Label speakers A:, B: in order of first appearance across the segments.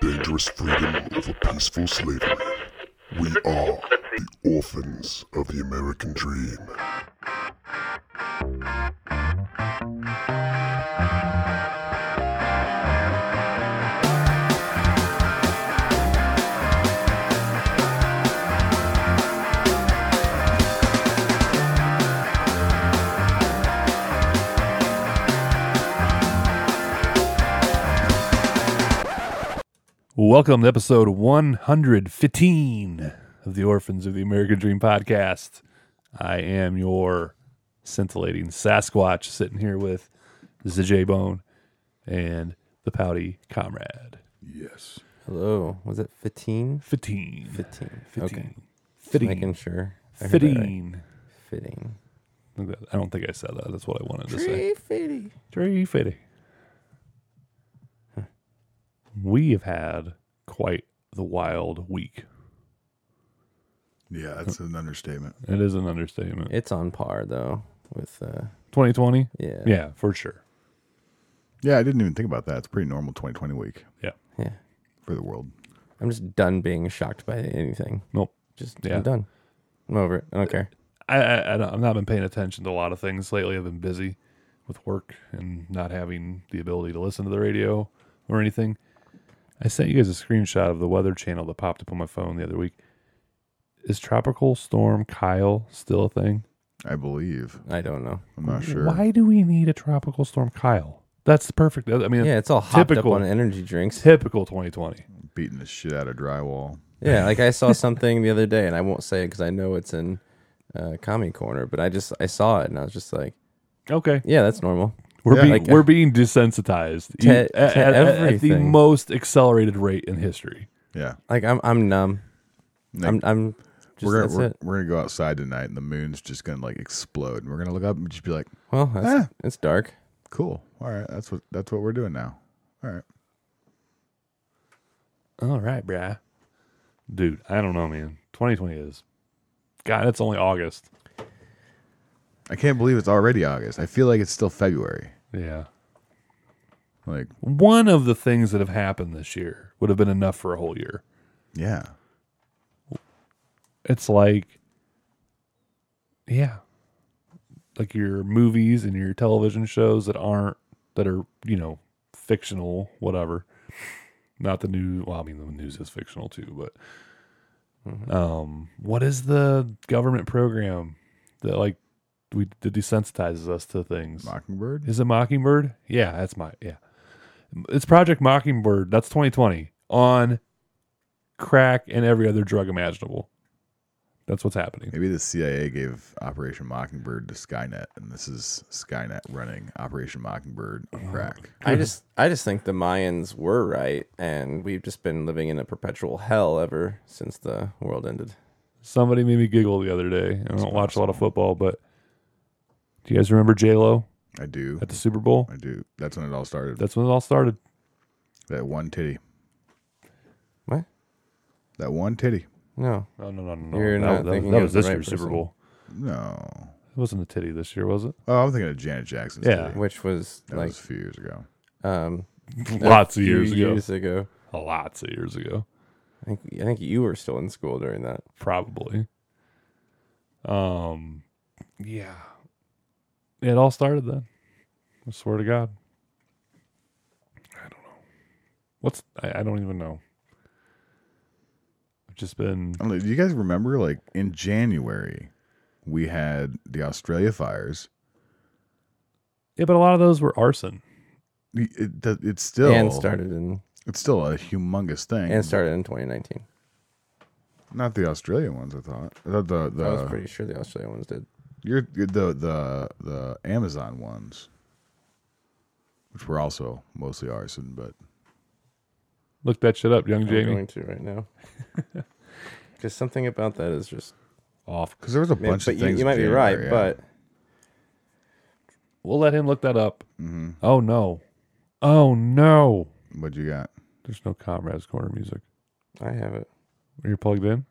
A: dangerous freedom of a peaceful slavery. We are the orphans of the American dream.
B: Welcome to episode 115 of the Orphans of the American Dream podcast. I am your scintillating Sasquatch sitting here with the J Bone and the pouty comrade.
A: Yes.
C: Hello. Was it 15?
B: 15.
C: 15.
B: 15.
C: Okay.
B: Fitting.
C: Making sure. I heard that right.
B: fitting.
C: Fitting.
B: I don't think I said that. That's what I wanted to say.
C: fitting.
B: Three fitting. We have had quite the wild week.
D: Yeah, that's an understatement.
B: It is an understatement.
C: It's on par though with uh
B: 2020?
C: yeah.
B: Yeah, for sure.
D: Yeah, I didn't even think about that. It's a pretty normal 2020 week
B: Yeah.
C: Yeah.
D: for the world.
C: I'm just done being shocked by anything.
B: Nope.
C: Just
B: Yeah.
C: I'm done. I'm over it. I don't care.
B: I, I, I don't, I've not been paying attention to a lot of things lately. I've been busy with work and not having the ability to listen to the radio or anything. I sent you guys a screenshot of the weather channel that popped up on my phone the other week. Is Tropical Storm Kyle still a thing?
D: I believe.
C: I don't know.
D: I'm not sure.
B: Why do we need a Tropical Storm Kyle? That's the perfect. I mean,
C: Yeah, it's all hopped
B: typical.
C: up on energy drinks.
B: typical 2020.
D: Beating the shit out of drywall.
C: Yeah, like I saw something the other day and I won't say it cuz I know it's in uh commie corner, but I just I saw it and I was just like,
B: Okay.
C: yeah, that's normal.
B: We're
D: Yeah.
B: being
C: Like, uh,
B: we're being desensitized
C: to-
B: at-
C: to
B: at- at- at the
C: everything.
B: most accelerated rate in history.
D: Yeah.
C: Like I'm I'm numb. I'm I'm just
D: we're
C: that's
D: gonna we're,
C: it.
D: we're gonna go outside tonight and the moon's just gonna like explode. And we're gonna look up and just be like,
C: Well, that's,
D: Ah.
C: it's dark.
D: Cool. All right, that's what that's what we're doing now. All right.
B: All right, bruh. Dude, I don't know, man. 2020 is. God, it's only August.
D: I can't believe it's already August. I feel like it's still February.
B: Yeah.
D: Like,
B: One of the things that have happened this year would have been enough for a whole year.
D: yeah.
B: It's like, yeah. Like your movies and your television shows that aren't, that are, you know, fictional, whatever. Not the new, well, I mean, the news is fictional too, but um, what is the government program that like we that desensitizes us to things?
D: Mockingbird?
B: Is it Mockingbird? Yeah, that's my yeah. It's Project Mockingbird. That's 2020 on crack and every other drug imaginable. That's what's happening.
D: Maybe the CIA gave Operation Mockingbird to Skynet, and this is Skynet running Operation Mockingbird
C: Oh.
D: on crack.
C: I just I just think the Mayans were right, and we've just been living in a perpetual hell ever since the world ended.
B: Somebody made me giggle the other day. and I don't watch a lot of football, but do you guys remember J Lo
D: I do.
B: at the Super Bowl?
D: I do. That's when it all started.
B: That's when it all started.
D: that one titty.
C: What?
D: That one titty.
C: No,
B: Oh, No, no, no, no. no.
C: You're
B: that,
C: not
B: that,
C: thinking
B: that
C: of
B: was
C: the
B: this
C: right
B: year's Super
C: person.
B: Bowl.
D: No.
B: It wasn't a titty this year, was it?
D: Oh, I'm thinking of Janet Jackson's
B: Yeah.
D: titty.
C: which was
D: That
C: like
D: was a few years ago.
C: um
B: Lots
C: a
B: of
C: few
B: years ago.
C: Years ago,
B: Lots of years ago.
C: I think, I think you were still in school during that.
B: probably. Um, yeah, it all started then. I swear to God, I don't know. What's I, I don't even know. I've just been
D: I don't know. Do you guys remember, like, in January, we had the Australia fires?
B: yeah, but a lot of those were arson.
D: It, it, does- it's still
C: and started in
D: It's still a humongous thing.
C: and started in 2019.
D: Not the Australian ones. I thought the the, the
C: I was pretty sure the Australian ones did.
D: You're, you're the the the Amazon ones, which were also mostly arson, but
B: Look that shit up, young
C: I'm
B: Jamie.
C: going to right now because something about that is just.
B: Off.
D: because there was a
C: Man,
D: bunch
C: but
D: of
C: you,
D: things.
C: you
D: in
C: might be right,
D: January, yeah.
C: but
B: We'll let him look that up. Oh no, oh no.
D: what you got?
B: There's no comrades corner music.
C: I have it.
B: Are you plugged in?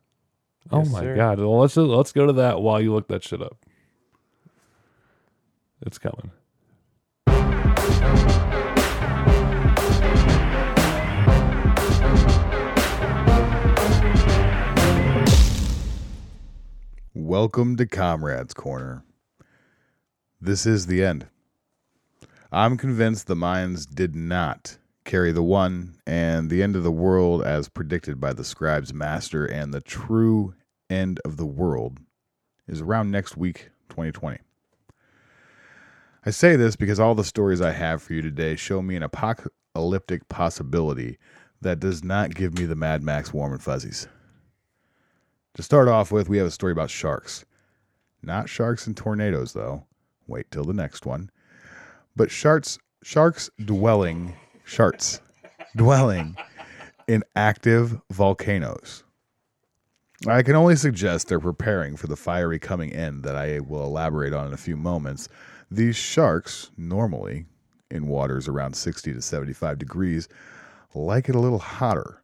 C: Yes,
B: oh my
C: sir.
B: god! Well, let's let's go to that while you look that shit up. It's coming.
D: Welcome to Comrades Corner. This is the end. I'm convinced the Mayans did not carry the one and the end of the world as predicted by the scribe's master, and the true end of the world is around next week, 2020. I say this because all the stories I have for you today show me an apocalyptic possibility that does not give me the Mad Max warm and fuzzies. To start off with, we have a story about sharks. Not sharks and tornadoes, though. Wait till the next one. But sharks, sharks dwelling, sharks dwelling in active volcanoes. I can only suggest they're preparing for the fiery coming end that I will elaborate on in a few moments. These sharks, normally in waters around 60 to 75 degrees, like it a little hotter,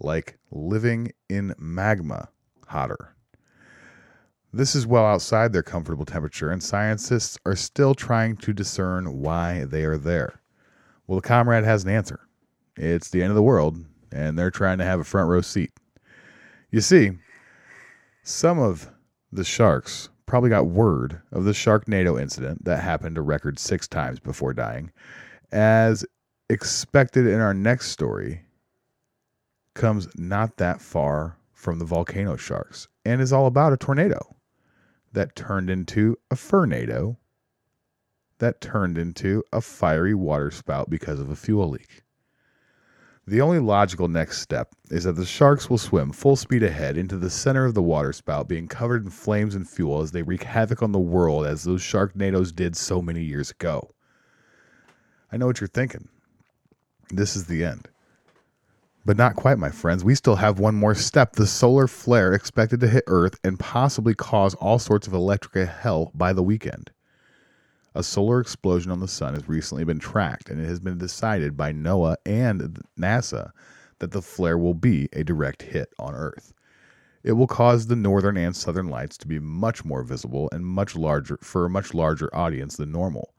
D: like living in magma hotter. This is well outside their comfortable temperature, and scientists are still trying to discern why they are there. Well, the comrade has an answer. It's the end of the world, and they're trying to have a front row seat. You see, some of the sharks probably got word of the Sharknado incident that happened a record six times before dying. As expected in our next story, comes not that far from the volcano sharks and is all about a tornado that turned into a fernado that turned into a fiery water spout because of a fuel leak. The only logical next step is that the sharks will swim full speed ahead into the center of the water spout, being covered in flames and fuel as they wreak havoc on the world as those sharknadoes did so many years ago. I know what you're thinking. This is the end. But not quite, my friends. We still have one more step. The solar flare expected to hit Earth and possibly cause all sorts of electric hell by the weekend. A solar explosion on the sun has recently been tracked, and it has been decided by NOAA and NASA that the flare will be a direct hit on Earth. It will cause the northern and southern lights to be much more visible and much larger for a much larger audience than normal.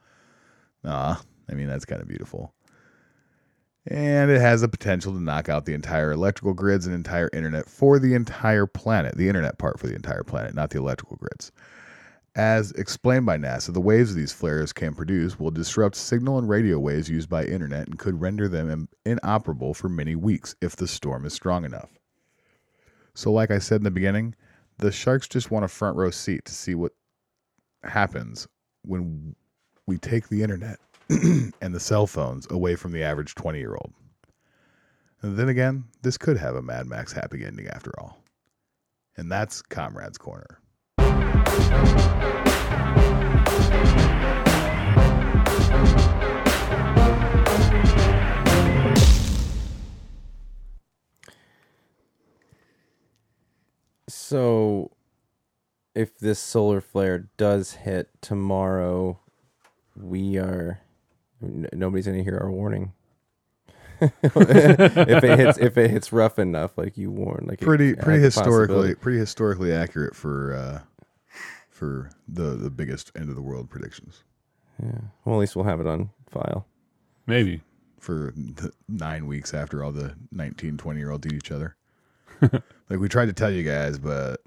D: Ah, I mean that's kind of beautiful. And it has the potential to knock out the entire electrical grids and entire internet for the entire planet. The internet part for the entire planet, not the electrical grids. As explained by NASA, the waves these flares can produce will disrupt signal and radio waves used by internet and could render them in- inoperable for many weeks if the storm is strong enough. So, like I said in the beginning, the sharks just want a front row seat to see what happens when we take the internet and the cell phones away from the average 20 year old. And then again, this could have a Mad Max happy ending after all. And that's Comrade's Corner.
C: So, if this solar flare does hit tomorrow, we are n- nobody's gonna hear our warning. if it hits, if it hits rough enough, like you warned, like it
D: Pretty
C: had
D: pretty
C: the
D: historically
C: possibility.
D: pretty historically accurate for uh for the the biggest end of the world predictions.
C: Well, at least we'll have it on file.
B: Maybe.
D: For the nine weeks after all the 19, 20 year old did each other. like we tried to tell you guys, but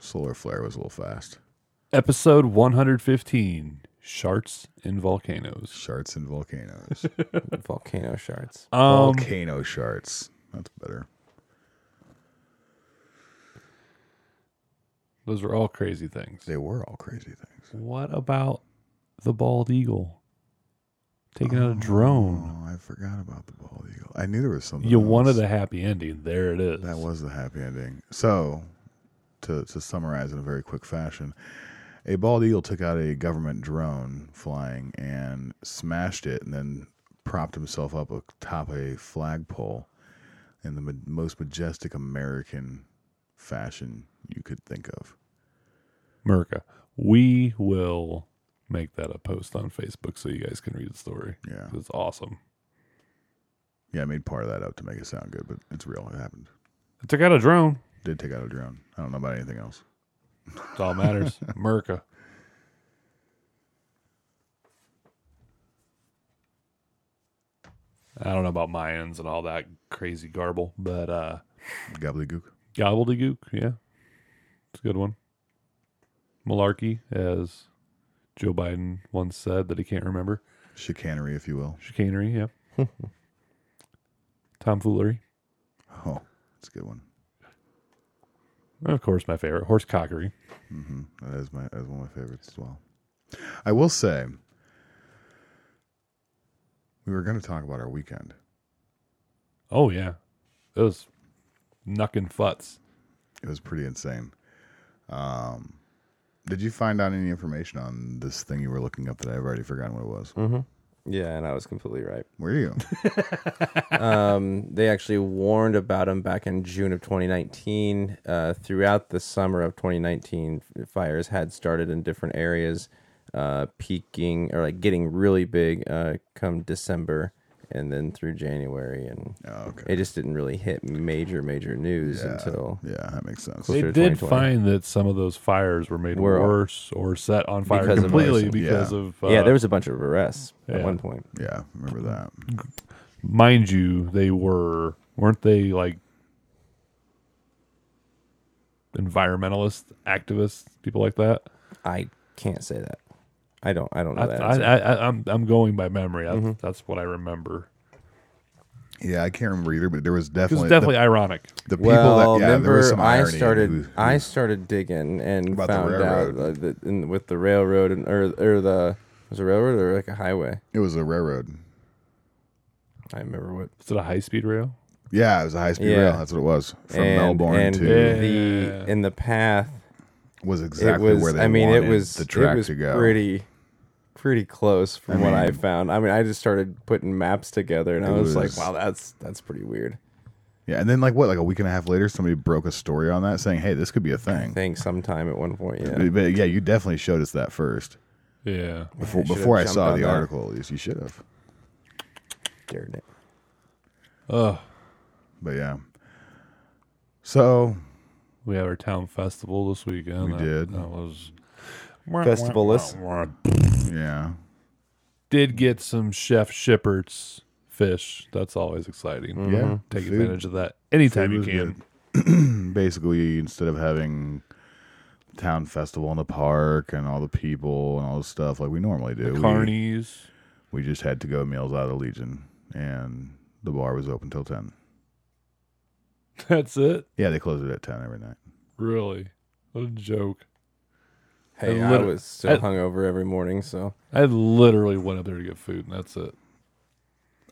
D: solar flare was a little fast.
B: Episode 115 Sharks and Volcanoes.
D: Sharts and volcanoes.
C: Volcano shards.
B: Um,
D: volcano sharts. That's better.
B: those are all crazy things.
D: They were all crazy things.
B: What about the bald eagle taking out a drone?
D: Oh, I forgot about the bald eagle. I knew there was something.
B: You
D: else.
B: wanted a happy ending. There it is.
D: That was the happy ending. So, to to summarize in a very quick fashion, a bald eagle took out a government drone flying and smashed it, and then propped himself up atop a flagpole in the ma- most majestic American fashion you could think of.
B: Merca. We will make that a post on Facebook so you guys can read the story.
D: Yeah,
B: It's awesome.
D: yeah. I made part of that up to make it sound good, but it's real. It happened.
B: I took out a drone.
D: Did take out a drone. I don't know about anything else.
B: That's all that matters. Merca. I don't know about Mayans and all that crazy garble, but uh
D: Gobbledygook.
B: gobbledygook, yeah. It's a good one. malarkey, as Joe Biden once said that he can't remember.
D: Chicanery, if you will.
B: Chicanery, yeah. Tomfoolery.
D: Oh, that's a good one.
B: And of course, my favorite, horsecockery.
D: hmm That is my that is one of my favorites as well. I will say, we were going to talk about our weekend.
B: Oh, yeah. It was knuckin' futz.
D: It was pretty insane. Um, did you find out any information on this thing you were looking up that I've already forgotten what it was?
C: Hmm. Yeah, and I was completely right.
D: Were you?
C: Um, they actually warned about them back in June of 2019. Uh, throughout the summer of 2019, f- fires had started in different areas, uh, peaking or like getting really big uh, come December and then through January. And
D: oh, okay.
C: it just didn't really hit major, major news until.
D: Yeah, that makes sense.
B: They
C: Closer to
B: did
C: 2020.
B: find that some of those fires were made
C: Were-
B: worse or set on fire
C: Because of
B: completely
C: arson,
B: because
D: yeah.
B: of. Uh,
C: yeah, there was a bunch of arrests at
B: yeah.
C: one point.
D: Yeah, remember that.
C: Hmm.
B: mind you, they were weren't they like environmentalist activists, people like that.
C: I can't say that. I don't. I don't know
B: I,
C: that. Mm-hmm.
B: I, I, I, I'm I'm going by memory. I, That's what I remember.
D: Yeah, I can't remember either, but there was
B: It was
D: definitely
B: definitely ironic.
D: the, the people
C: Well,
D: that yeah,
C: remember
D: there was some
C: I
D: irony in
C: started
D: who-
C: I started digging and
D: About the
C: found out
D: railroad.
C: that the, in, with the railroad and or or the was it a railroad or like a highway.
D: it was a railroad.
C: I remember what
B: Is it a high speed rail?
D: Yeah, it was a high speed
C: Yeah.
D: rail. That's what it was from
C: and,
D: Melbourne
C: and
D: to
B: Yeah.
C: the in the path.
D: was exactly
C: it was.
D: where they
C: I mean,
D: wanted
C: it was
D: the track
C: it was
D: to go.
C: pretty pretty close from
D: I
C: what I
D: mean-
C: found. I mean, I just started putting maps together and I
D: It
C: was, like,
D: was-
C: wow, that's that's pretty weird.
D: Yeah, and then like what, like a week and a half later, somebody broke a story on that saying, "Hey, this could be a
C: I
D: thing."
C: think sometime at one point, yeah.
D: But, but yeah, you definitely showed us that first
B: Yeah.
D: before
C: should've
D: before I
C: jumped
D: saw
C: on
D: the
C: that.
D: article. At least you should have.
C: Darn it.
B: Ugh.
D: But yeah, so
B: We had our town festival this weekend.
D: We
B: that,
D: did.
B: That was
C: Festivalist.
D: yeah,
B: Did get some Chef Shippert's fish. That's always exciting.
D: yeah,
B: Take
D: Mm-hmm. food-
B: advantage of that
D: food
B: anytime you
D: was
B: can.
D: good. Basically, instead of having town festival in the park and all the people and all the stuff like we normally do, we-
B: Carnies.
D: we just had to go meals out of the Legion, and the bar was open till ten.
B: That's it.
D: Yeah, they close it at ten every night.
B: Really? What a joke.
C: Hey,
B: I
C: I
B: lit-
C: was still
B: I-
C: hungover every morning, so
B: I literally went up there to get food, and that's it.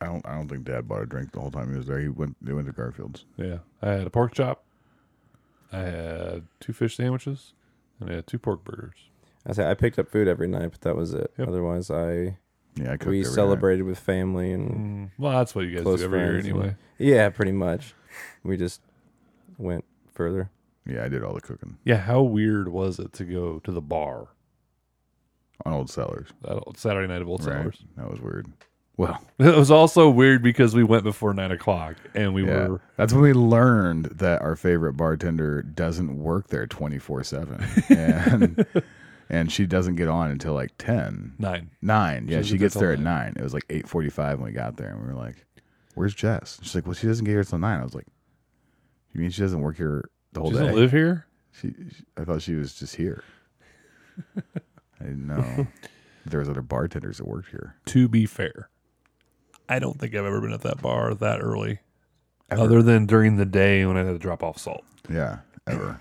D: I don't. I don't think Dad bought a drink the whole time he was there. He went. They went to Garfield's.
B: Yeah. I had a pork chop. I had two fish sandwiches, and I had two pork burgers.
C: I say I picked up food every night, but that was it.
B: Yep.
C: Otherwise, I
D: Yeah, I cooked. every
C: we
D: night.
C: celebrated with family and
B: Mm, well, that's what you guys
C: Close
B: do every year
C: friends, yeah.
B: anyway.
C: yeah, pretty much. We just went further.
D: Yeah, I did all the cooking
B: Yeah. How weird was it to go to the bar
D: on Old Cellars.
B: that old Saturday night of Old
D: Right.
B: Sellers?
D: That was weird. Well,
B: It was also weird because we went before nine o'clock, and we
D: yeah.
B: were
D: that's when we learned that our favorite bartender doesn't work there twenty four seven, and and she doesn't get on until like ten.
B: nine.
D: Nine. Yeah,
B: She doesn't
D: she
B: get
D: gets
B: till
D: there at nine. It was like eight forty five when we got there, and we were like, "Where's Jess?" She's like, "Well, she doesn't get here till nine. I was like, "You mean she doesn't work here the whole
B: She
D: day?"
B: doesn't live here.
D: She, she, I thought she was just here. I didn't know there was other bartenders that worked here.
B: To be fair, I don't think I've ever been at that bar that early, other than during the day when I had to drop off salt.
D: Yeah, ever.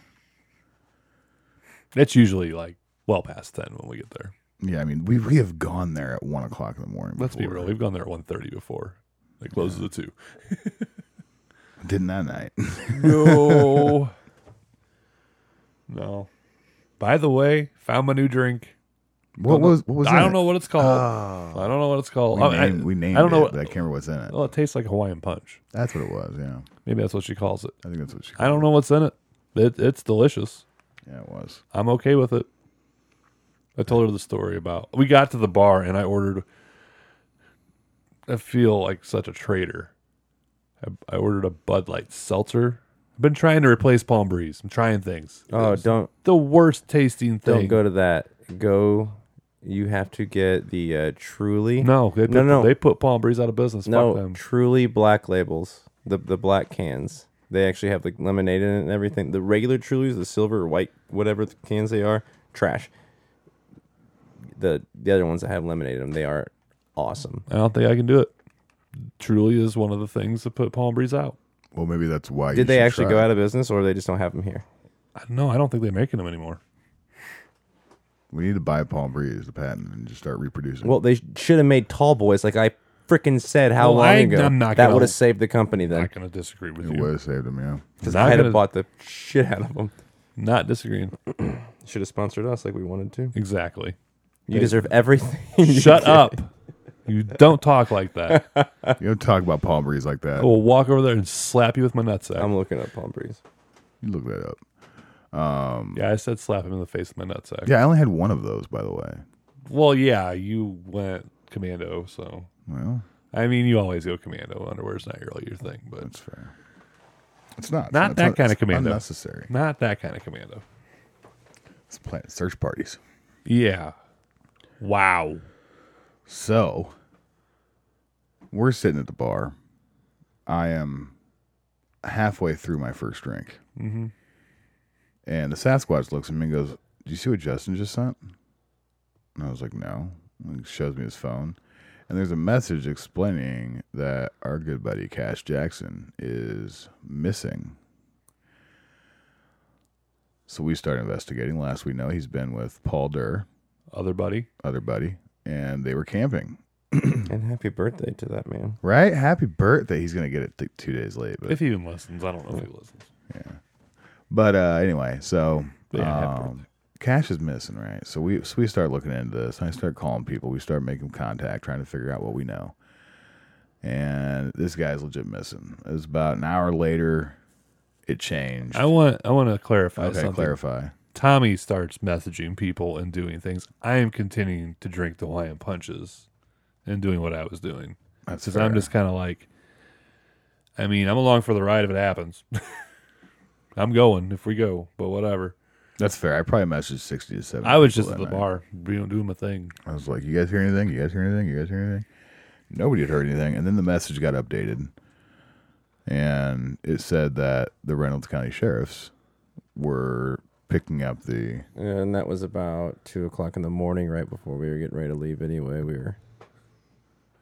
B: That's usually like well past ten when we get there.
D: Yeah, I mean, we we have gone there at one o'clock in the morning.
B: Let's be
D: before.
B: real. We've gone there at one thirty before. It closes at two.
D: Didn't that night?
B: No. no. By the way, found my new drink.
D: What
B: Don't know-
D: was what was?
B: I don't
D: in
B: know
D: it?
B: what it's called. I don't know what it's called.
D: We,
B: I, I-
D: named, we named
B: I don't know.
D: it,
B: what-
D: but I can't remember what's in it.
B: well, it tastes like Hawaiian punch.
D: That's what it was. Yeah,
B: Maybe that's what she calls it.
D: I think that's what she.
B: I don't know what's in it. it it's delicious.
D: Yeah, it was.
B: I'm okay with it. I told her the story about we got to the bar and I ordered. I feel like such a traitor. I, I ordered a Bud Light seltzer. I've been trying to replace Palm Breeze. I'm trying things.
C: Oh,
B: It's
C: don't
B: the worst tasting thing.
C: don't go to that. Go. You have to get the uh, truly
B: No, they put,
C: No, no.
B: they put Palm Breeze out of business.
C: no
B: Fuck them.
C: truly black labels. The the black cans. They actually have like lemonade in it and everything. The regular Trulies, the silver or white, whatever the cans they are, trash. The the other ones that have eliminated them, they are awesome.
B: I don't think I can do it. Truly is one of the things that put Palm Breeze out.
D: Well, maybe that's why. you
C: Did they
D: should
C: actually
D: try.
C: go out of business, or they just don't have them here?
B: I- No, I don't think they're making them anymore.
D: We need to buy Palm Breeze the patent and just start reproducing.
C: Well, they should have made Tall Boys, like I freaking said how
B: Well,
C: long
B: I-
C: ago.
B: I'm not
C: that
B: gonna-
C: would have saved the company then,
B: Not going to disagree with
D: it
B: you.
D: would have saved them. Yeah.
C: because
B: Not
C: I had
B: gonna-
C: bought the shit out of them.
B: Not disagreeing.
C: Should have sponsored us like we wanted to.
B: Exactly.
C: You deserve everything. you
B: Shut
C: get.
B: up. You don't talk like that.
D: You don't talk about Palm Breeze like that.
B: I will walk over there and slap you with my nutsack.
D: Um,
C: I'm looking up Palm Breeze.
D: You look that up.
B: yeah, I said slap him in the face with my nutsack.
D: Yeah, I only had one of those, by the way.
B: Well, yeah, you went commando, so
D: Well,
B: I mean, you always go commando. Underwear's not really your thing, but
D: that's fair. It's not.
B: Not
D: it's
B: that kinda
D: it's
B: commando.
D: Unnecessary.
B: not that kind of commando.
D: It's plant search parties.
B: Yeah. Wow.
D: So we're sitting at the bar. I am halfway through my first drink. Mm-hmm. And the Sasquatch looks at me and goes, Do you see what Justin just sent? And I was like, No. And he shows me his phone. And there's a message explaining that our good buddy Cash Jackson is missing. So we start investigating. Last we know, he's been with Paul Durr,
B: Other buddy.
D: other buddy, and they were camping.
C: And happy birthday to that man.
D: Right? Happy birthday. He's gonna get it th- two days late, but
B: If he even listens, I don't know if he listens.
D: but uh, anyway, so
B: Yeah, happy
D: um, cash is missing, right? So we so we start looking into this. I start calling people. We start making contact, trying to figure out what we know. And this guy's legit missing. It was about an hour later. It changed.
B: I want I want to clarify
D: okay,
B: something.
D: clarify.
B: Tommy starts messaging people and doing things. I am continuing to drink the Hawaiian punches and doing what I was doing.
D: That's
B: Because I'm
D: fair.
B: just kind of like, I mean, I'm along for the ride if it happens. I'm going if we go, but whatever.
D: That's fair. I probably messaged sixty to seventy.
B: I was
D: people
B: just at
D: that
B: the
D: night.
B: bar doing, doing my thing.
D: I was like, "You guys hear anything? You guys hear anything? You guys hear anything?" Nobody had heard anything, and then the message got updated, and it said that the Reynolds County sheriffs were picking up the.
C: And that was about two o'clock in the morning, right before we were getting ready to leave. Anyway, we were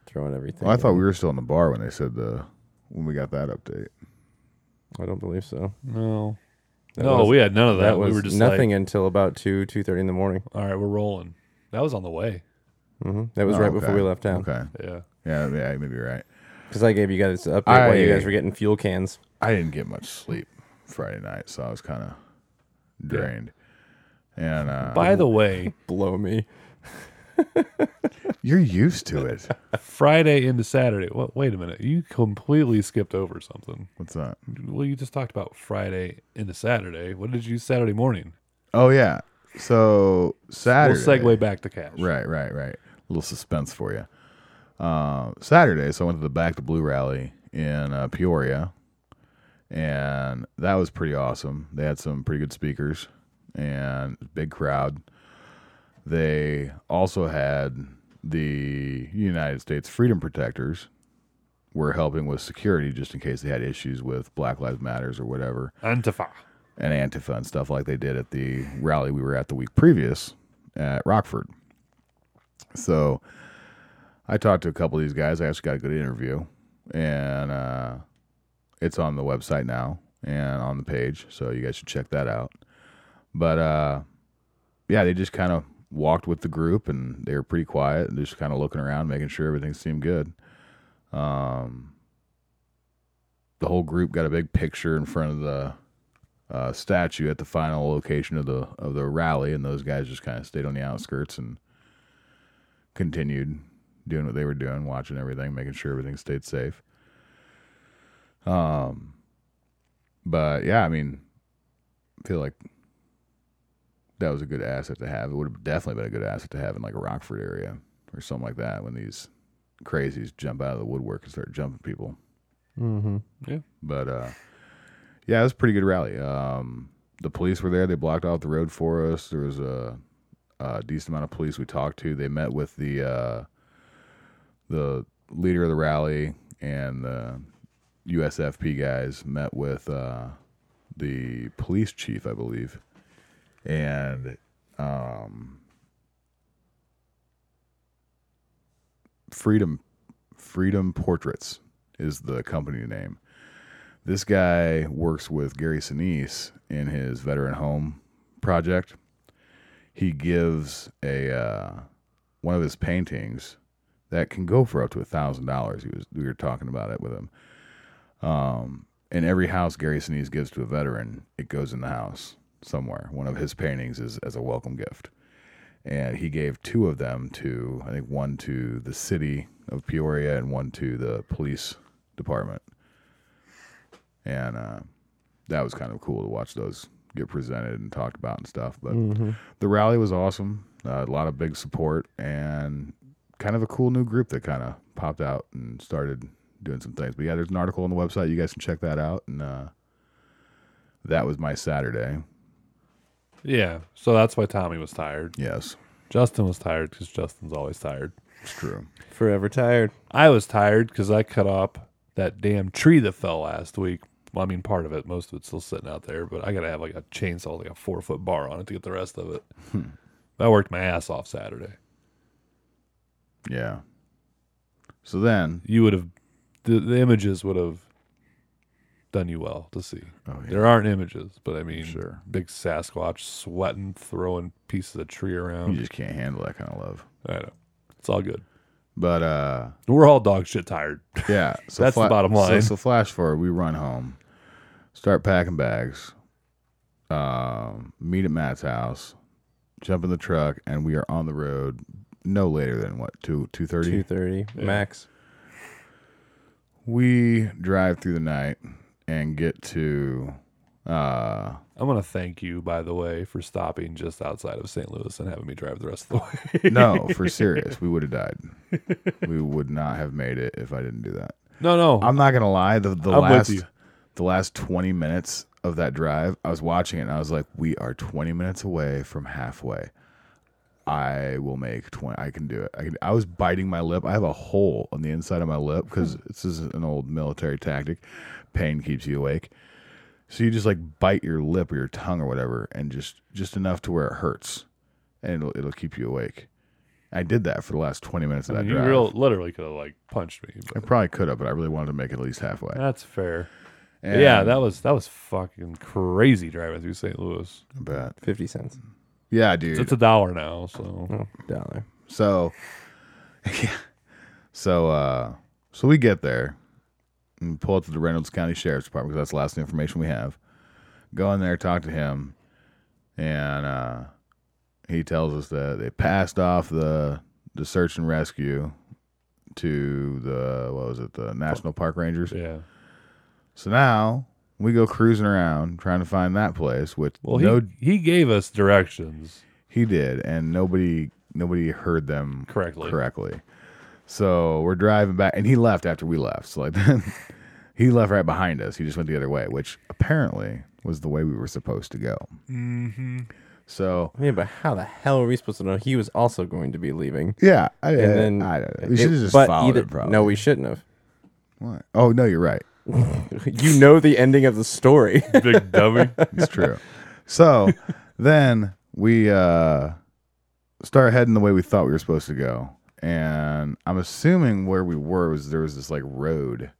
C: throwing everything.
D: Well, I thought
C: in.
D: we were still in the bar when they said the when we got that update.
C: I don't believe so.
B: No,
C: That
B: no,
C: was-
B: we had none of that.
C: that was
B: we were just
C: nothing
B: Like,
C: until about two two thirty in the morning.
B: All right, we're rolling. That was on the way.
C: hmm That was
D: Oh,
C: right
D: okay.
C: before we left town.
D: Okay,
B: Yeah,
D: yeah, yeah, maybe you're right.
C: Because I gave you guys the update while you
D: I-
C: guys were getting fuel cans.
D: I didn't get much sleep Friday night, so I was kind of drained. And uh,
B: By the way,
C: Blow me.
D: you're used to it.
B: Friday into Saturday. What? Wait a minute. You completely skipped over something.
D: What's that?
B: Well, you just talked about Friday into Saturday. What did you Saturday morning?
D: Oh yeah. So Saturday.
B: We'll segue back to cash.
D: Right, right, right. A little suspense for you. Uh, Saturday, so I went to the Back to Blue rally in uh, Peoria, and that was pretty awesome. They had some pretty good speakers and big crowd. They also had the United States Freedom Protectors were helping with security just in case they had issues with Black Lives Matters or whatever
B: Antifa.
D: and Antifa and stuff like they did at the rally we were at the week previous at Rockford. So I talked to a couple of these guys. I actually got a good interview, and uh, it's on the website now and on the page. So you guys should check that out. But uh, yeah, they just kind of walked with the group, and they were pretty quiet and just kind of looking around, making sure everything seemed good. Um, the whole group got a big picture in front of the uh, statue at the final location of the of the rally, and those guys just kind of stayed on the outskirts and continued doing what they were doing, watching everything, making sure everything stayed safe. Um, but yeah, I mean, I feel like that was a good asset to have. It would have definitely been a good asset to have in like a Rockford area or something like that when these crazies jump out of the woodwork and start jumping people.
C: Mm-hmm.
D: But uh, yeah, it was a pretty good rally. Um, the police were there; they blocked off the road for us. There was a, a decent amount of police we talked to. They met with the uh, the leader of the rally and the USFP guys. Met with uh, the police chief, I believe, and um, Freedom Freedom Portraits is the company name. This guy works with Gary Sinise in his veteran home project. He gives a uh, one of his paintings that can go for up to a thousand dollars. He was we were talking about it with him. Um, in every house Gary Sinise gives to a veteran, it goes in the house somewhere. One of his paintings is as a welcome gift. And he gave two of them to, I think, one to the city of Peoria and one to the police department. And uh, that was kind of cool to watch those get presented and talked about and stuff. But the rally was awesome. Uh, a lot of big support and kind of a cool new group that kind of popped out and started doing some things. But yeah, there's an article on the website. You guys can check that out. And uh, that was my Saturday.
B: Yeah. So that's why Tommy was tired.
D: Yes,
B: Justin was tired because Justin's always tired.
D: it's true.
C: Forever tired.
B: I was tired because I cut up that damn tree that fell last week. Well, I mean, part of it, most of it's still sitting out there, but I got to have like a chainsaw, like a four foot bar on it to get the rest of it.
D: Hmm.
B: I worked my ass off Saturday.
D: Yeah. So then,
B: You would have, the, the images would have done you well to see.
D: oh
B: There aren't images, but I mean,
D: Sure.
B: big Sasquatch sweating, throwing pieces of tree
D: you
B: around.
D: just can't handle that kind of love.
B: I know. It's all good.
D: But uh,
B: We're all dog shit tired.
D: yeah, so
B: That's the bottom
D: so-
B: line.
D: So, flash forward, we run home, start packing bags, um, meet at Matt's house, jump in the truck, and we are on the road no later than what two two thirty.
C: Two thirty max.
D: We drive through the night and get to uh,
B: I want to thank you, by the way, for stopping just outside of St. Louis and having me drive the rest of the way.
D: no for serious. We would have died. We would not have made it if I didn't do that.
B: no, no.
D: I'm not gonna lie. The the
B: I'm with
D: last
B: you.
D: the last 20 minutes of that drive, I was watching it and I was like, we are 20 minutes away from halfway. I will make 20. I can do it. I can. I was biting my lip. I have a hole on the inside of my lip because
B: Hmm.
D: this is an old military tactic. Pain keeps you awake. So you just like bite your lip or your tongue or whatever, and just just enough to where it hurts, and it'll it'll keep you awake. I did that for the last twenty minutes of
B: I
D: that
B: mean, you
D: drive.
B: real, literally could have like punched me.
D: I
B: But
D: probably could have, but I really wanted to make it at least halfway.
B: that's fair.
D: And-
B: yeah, that was that was fucking crazy driving through St. Louis.
D: I bet.
C: Fifty cents.
D: Yeah,
B: It's,
D: dude.
B: it's a dollar now, so
C: Oh, dollar.
D: so yeah. So uh so we get there and pull up to the Reynolds County Sheriff's Department because that's the last information we have. Go in there, talk to him, and uh he tells us that they passed off the the search and rescue to the what was it, the National Park Rangers.
B: yeah.
D: So now we go cruising around trying to find that place, which
B: Well, he
D: no
B: he gave us directions
D: he did, and nobody nobody heard them
B: correctly.
D: correctly. So we're driving back, and he left after we left. So like, he left right behind us. He just went the other way, which apparently was the way we were supposed to go.
B: Mm-hmm.
D: So
C: Yeah, but how the hell are we supposed to know he was also going to be leaving?
D: yeah, I,
C: And then
D: I don't know. We should have just
C: but
D: followed
C: either-
D: it. Probably.
C: No, we shouldn't have.
D: What? Oh no, you're right.
C: You know the ending of the story.
B: Big dummy.
D: It's true. so then we uh, start heading the way we thought we were supposed to go, and I'm assuming where we were was there was this like road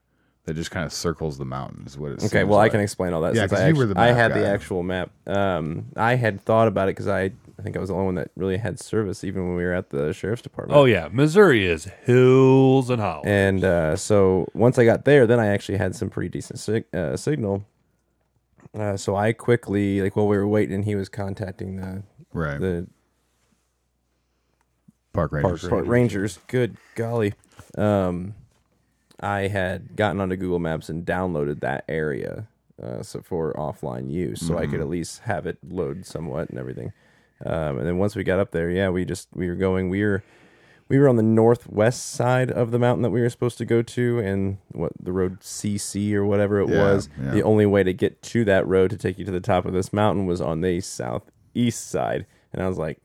D: that just kind of circles the mountains. What it
C: Okay,
D: seems
C: well, I
D: like.
C: can explain all that.
D: Yeah,
C: since
D: 'cause
C: I
D: you were
C: actu-
D: the
C: I
D: map
C: had the
D: guy.
C: actual map. Um, I had thought about it because I, I think I was the only one that really had service, even when we were at the sheriff's department.
B: oh yeah, Missouri is hills and hollows.
C: And uh, so once I got there, then I actually had some pretty decent sig- uh, signal. Uh, so I quickly, like while we were waiting, he was contacting the
D: right
C: the
D: park rangers.
C: Park Rangers. Good golly. Um, I had gotten onto Google Maps and downloaded that area uh, so for offline use, so I
D: Mm-hmm.
C: could at least have it load somewhat and everything. Um, and then once we got up there, yeah, we just we were going. We were we were on the northwest side of the mountain that we were supposed to go to, and what the road CC or whatever it
D: Yeah,
C: was.
D: yeah.
C: The only way to get to that road to take you to the top of this mountain was on the southeast side, and I was like,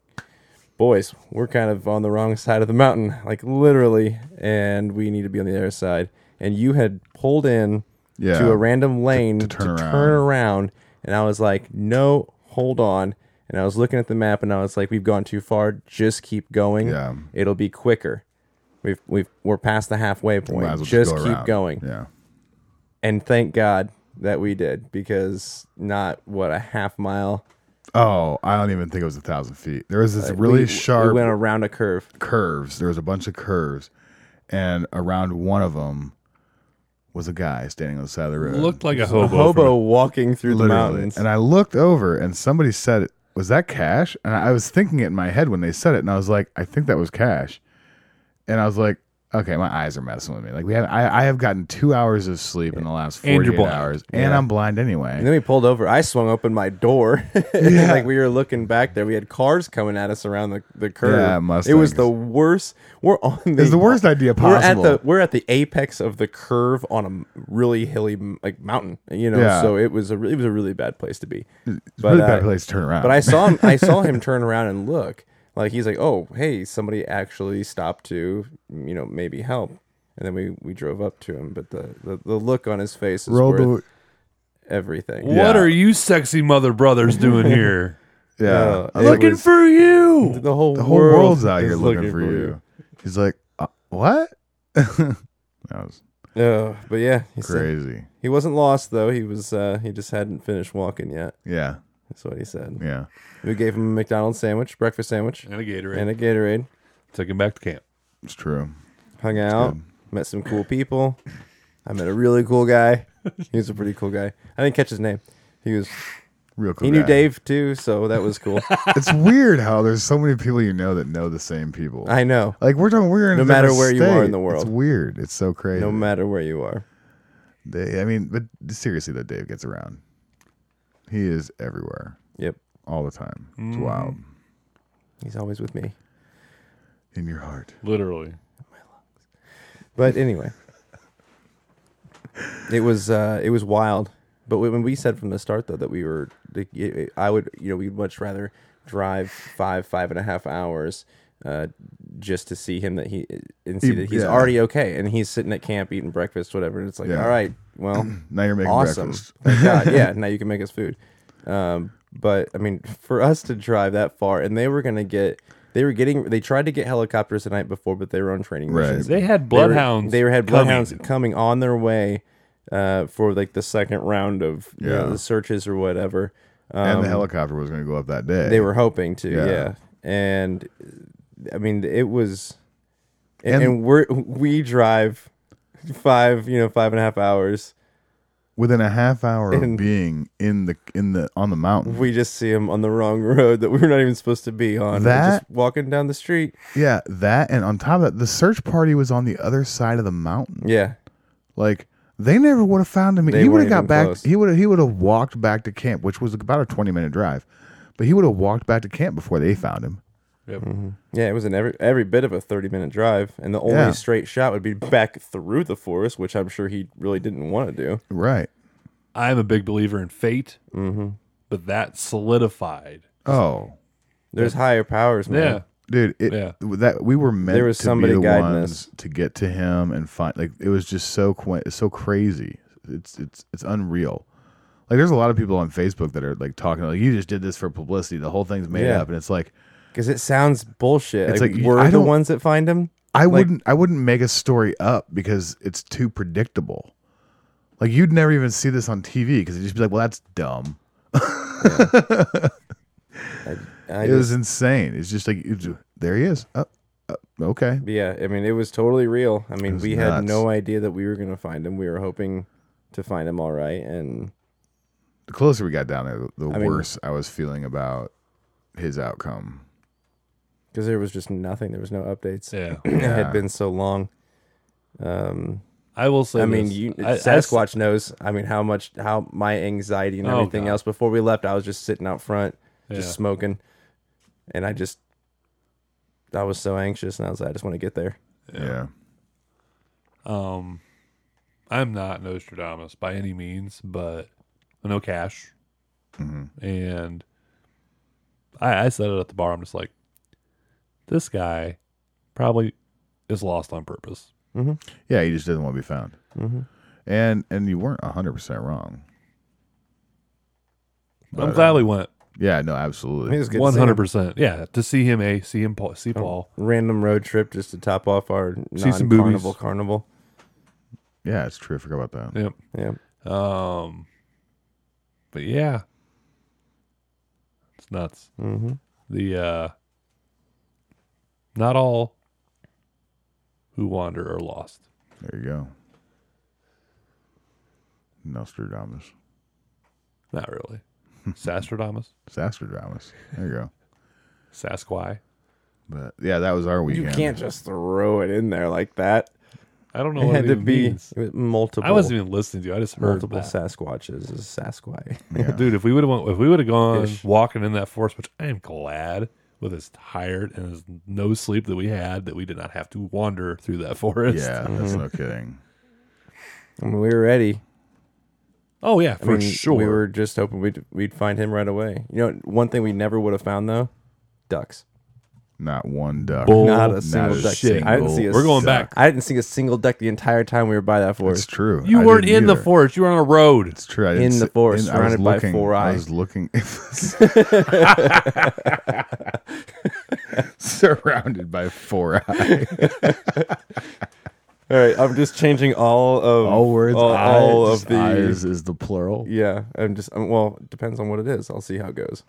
C: boys, we're kind of on the wrong side of the mountain, like literally, and we need to be on the other side. And you had pulled in
D: Yeah.
C: to a random lane to,
D: turn
C: turn,
D: around.
C: around. and I was like, no, hold on. And I was looking at the map and I was like, we've gone too far. Just keep going.
D: Yeah.
C: It'll be quicker. We've we've we're past the halfway point.
D: Might as well
C: just
D: go
C: keep
D: around.
C: going.
D: Yeah.
C: And thank God that we did because not what a half mile.
D: Oh, I don't even think it was a thousand feet. There was this
C: We-
D: really
C: we
D: sharp
C: went around a curve.
D: curves. There was a bunch of curves, and around one of them was a guy standing on the side of the road.
B: Looked like a
C: A
B: hobo.
C: hobo
B: from-
C: walking through the
D: literally.
C: mountains.
D: And I looked over, and somebody said, "Was that Cash?" And I was thinking it in my head when they said it, and I was like, "I think that was Cash." And I was like, "Okay, my eyes are messing with me. Like we have, I, I have gotten two hours of sleep in the last
B: And you're
D: forty-eight
B: blind.
D: hours, and I'm blind anyway."
C: And then we pulled over. I swung open my door.
D: Yeah.
C: like we were looking back there. We had cars coming at us around the, the curve.
D: Yeah,
C: it was
D: Mustangs.
C: the worst. We're on the,
D: It's the worst idea
C: We're at
D: possible.
C: the we're at the apex of the curve on a m- really hilly m- like mountain, you know.
D: Yeah.
C: So it was a re- it was a really bad place to be.
D: it's a
C: but,
D: really bad
C: uh,
D: place to turn around.
C: But I saw him, I saw him turn around and look. Like he's like, oh hey, somebody actually stopped to you know maybe help. And then we, we drove up to him, but the, the, the look on his face is
D: Robo,
C: worth everything.
B: What
D: Yeah.
B: are you sexy mother brothers doing here?
D: yeah,
C: Uh,
D: I look
C: it
B: Looking
C: was-
B: for you.
C: The whole
D: the whole
C: world
D: world's out
C: is
D: here looking, for you. He's like, uh, what? that was
C: Uh, but yeah, he said-
D: crazy.
C: he wasn't lost though. He was uh, he just hadn't finished walking yet.
D: Yeah,
C: That's what he said.
D: yeah.
C: We gave him a McDonald's sandwich, breakfast sandwich,
B: And a Gatorade.
C: and a Gatorade.
B: Took him back to camp.
D: It's true.
C: Hung out, met some cool people. I met a really cool guy. He was a pretty cool guy. I didn't catch his name. He was
D: Real cool.
C: he knew
D: guy.
C: Dave too, so that was cool.
D: It's weird how there's so many people you know that know the same people.
C: I know.
D: like we're talking, we're in
C: No
D: a
C: matter
D: different
C: where you are in
D: state.
C: the world.
D: It's weird. It's so crazy.
C: No matter where you are.
D: They- I mean, but seriously, though, Dave gets around. He is everywhere
C: Yep.
D: all the time.
C: Mm-hmm.
D: It's wild
C: He's always with me.
D: in your heart.
B: Literally.
C: But anyway, it was uh, it was wild. But when we said from the start though that we were, like, it- it- I would you know we'd much rather drive five five and a half hours uh, just to see him that he and see
D: He-
C: that he's
D: yeah.
C: already okay and he's sitting at camp eating breakfast whatever and it's like
D: Yeah.
C: all right well
D: Now you're making
C: awesome
D: breakfast.
C: Thank God. yeah now you can make us food. Um, but I mean for us to drive that far and they were gonna get. They were getting. They tried to get helicopters the night before, but they were on training
D: Right.
C: missions.
B: They had
C: They were-
B: bloodhounds.
C: They, were, had
B: coming.
C: bloodhounds coming. on their way uh, for like the second round of you know,
D: Yeah.
C: the searches or whatever. Um,
D: and the helicopter was going to go up that day.
C: they were hoping to, yeah.
D: Yeah.
C: And I mean, it was, and,
D: And-
C: and we're we drive five, you know, five and a half hours.
D: within a half hour
C: And-
D: of being in the in the on the mountain.
C: We just see him on the wrong road that we were not even supposed to be on. We're just
D: That-
C: walking down the street.
D: yeah, that and on top of that, the search party was on the other side of the mountain.
C: Yeah,
D: Like they never would have found him.
C: They
D: he would
C: weren't
D: have got
C: even
D: back.
C: close.
D: He would he would have walked back to camp, which was about a twenty minute drive. But he would have walked back to camp before they found him.
B: Yep.
C: yeah. It was an every every bit of a thirty minute drive, and the only
D: Yeah.
C: straight shot would be back through the forest, which I'm sure he really didn't want to do.
D: Right.
B: I'm a big believer in fate, mm-hmm. but that solidified.
D: Oh,
C: There's higher powers, man.
B: Yeah.
D: dude. It,
B: Yeah.
D: That we were meant.
C: There was
D: to
C: somebody
D: be the
C: guiding
D: ones
C: us.
D: to get to him and find. Like it was just so qu- it's so crazy. It's it's it's unreal. Like there's a lot of people on Facebook that are like talking like you just did this for publicity. The whole thing's made
C: Yeah.
D: up, and it's like
C: Because it sounds bullshit.
D: It's
C: like,
D: like, you-
C: we're
D: I
C: the
D: don't-
C: ones that find him.
D: I wouldn't I wouldn't make a story up because it's too predictable. Like you'd never even see this on TV because you'd just be like, "Well, that's dumb."
C: I
D: it
C: just,
D: was insane. It's just like it's, there he is. Oh, oh, okay,
C: yeah, I mean, it was totally real. I mean,
D: was
C: we had
D: nuts.
C: no idea that we were going to find him. We were hoping to find him all right. And
D: the closer we got down there, the, the
C: I mean-
D: worse I was feeling about his outcome.
C: because there was just nothing, there was no updates.
B: Yeah.
C: it had
D: Yeah.
C: been so long. Um,
B: I will say.
C: I mean,
B: this.
C: you,
B: I- I-
C: Sasquatch knows. I mean, how much, how my anxiety and
B: Oh,
C: everything
B: God.
C: else. Before we left, I was just sitting out front, just
B: Yeah.
C: smoking, and I just, I was so anxious, and I was, like, I just want to get there.
D: Yeah,
B: Um, I'm not Nostradamus by any means, but I know cash, and I, I said it at the bar. I'm just like, this guy probably is lost on purpose.
D: yeah. He just doesn't want to be found. And and you weren't hundred percent wrong.
B: I'm glad we went.
D: Yeah, no,
C: I mean, it
D: absolutely.
C: was good to see
B: One
C: him. Oh.
B: hundred percent. Yeah, to see him, a see him, Paul, see Paul.
C: Random road trip just to top off our
B: See some
C: non-carnival
B: boobies.
C: carnival.
D: Yeah, it's true. I forgot about that.
B: Yep.
C: Yeah.
B: Um, but yeah, it's nuts.
C: Mm-hmm.
B: The uh, not all who wander are lost.
D: There you go. Nostradamus.
B: Not really. Sastradamus,
D: Sastradamus. There you go.
B: Sasquai.
D: But yeah, that was our
C: You
D: weekend.
C: can't just throw it in there like that.
B: I don't know
C: It
B: what
C: had
B: it
C: to
B: even
C: be
B: means.
C: multiple.
B: I wasn't even listening to you. I just heard
C: multiple
B: that.
C: Sasquatches is Sasquatch.
D: Yeah.
B: Dude, if we would have went, if we would have gone
C: Ish.
B: walking in that forest, which I am glad with as tired and as no sleep that we had, that we did not have to wander through that forest.
D: Yeah, that's no kidding.
C: I mean, we were ready.
B: Oh yeah,
C: I
B: for
C: mean,
B: sure.
C: We were just hoping we'd we'd find him right away. You know, one thing we never would have found though, ducks.
D: Not one duck.
B: Bull-
C: Not
B: Oh, Not
C: a single
D: a
C: duck.
D: single
C: I didn't see a
B: We're going
C: duck.
B: back.
C: I didn't see a single duck the entire time we were by that
D: It's
C: forest.
D: true.
B: You
D: I
B: weren't
D: didn't
B: in the
D: either.
B: forest. You were on a road.
D: It's true. I didn't
C: In the
D: see-
C: forest,
D: I was
C: surrounded by
D: looking-
C: four
D: I
C: eyes.
D: was looking. surrounded by four eyes.
C: All right, I'm just changing all of
D: All words.
C: all,
D: eyes,
C: all of the
D: eyes is the plural.
C: yeah. I'm just I'm, well it depends on what it is. I'll see how it goes.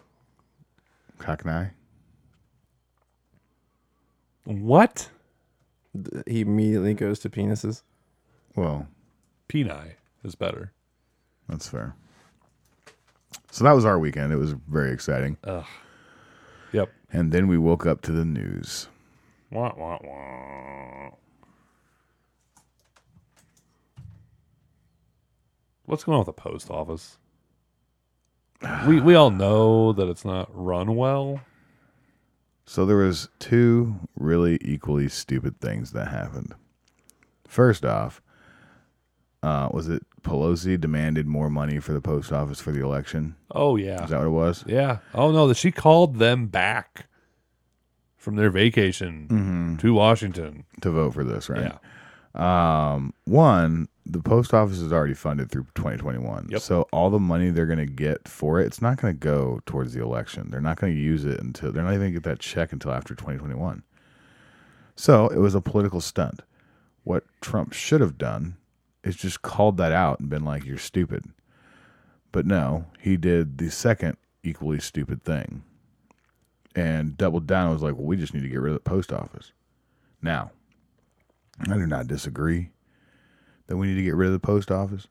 D: Cock and eye.
B: What?
C: Th- He immediately goes to penises.
D: Well,
B: Peni is better.
D: that's fair. So that was our weekend. It was very exciting.
B: Yep.
D: And then we woke up to the news.
B: Wah, wah, wah. What's going on with the post office? we we all know that it's not run well.
D: So there was two really equally stupid things that happened. First off, uh, was it Pelosi demanded more money for the post office for the election?
B: Oh yeah.
D: Is that what it was?
B: Yeah. Oh no, that she called them back from their vacation to Washington.
D: To vote for this, Mm-hmm. right?
B: Yeah.
D: Um, one, the post office is already funded through 2021.
B: Yep.
D: So all the money they're going to get for it, it's not going to go towards the election. They're not going to use it until they're not even going to get that check until after 2021. So it was a political stunt. What Trump should have done is just called that out and been like, "You're stupid." But no, he did the second equally stupid thing, and doubled down. and was like, "Well, we just need to get rid of the post office." Now, I do not disagree that we need to get rid of the post office,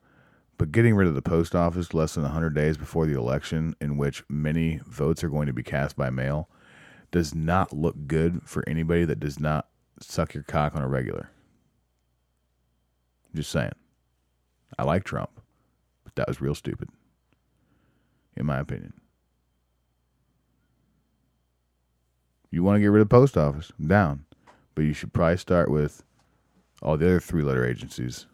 D: but getting rid of the post office less than 100 days before the election, in which many votes are going to be cast by mail, does not look good for anybody that does not suck your cock on a regular. Just saying. I like Trump, but that was real stupid, in my opinion. You want to get rid of the post office? I'm down. But you should probably start with all the other three letter agencies.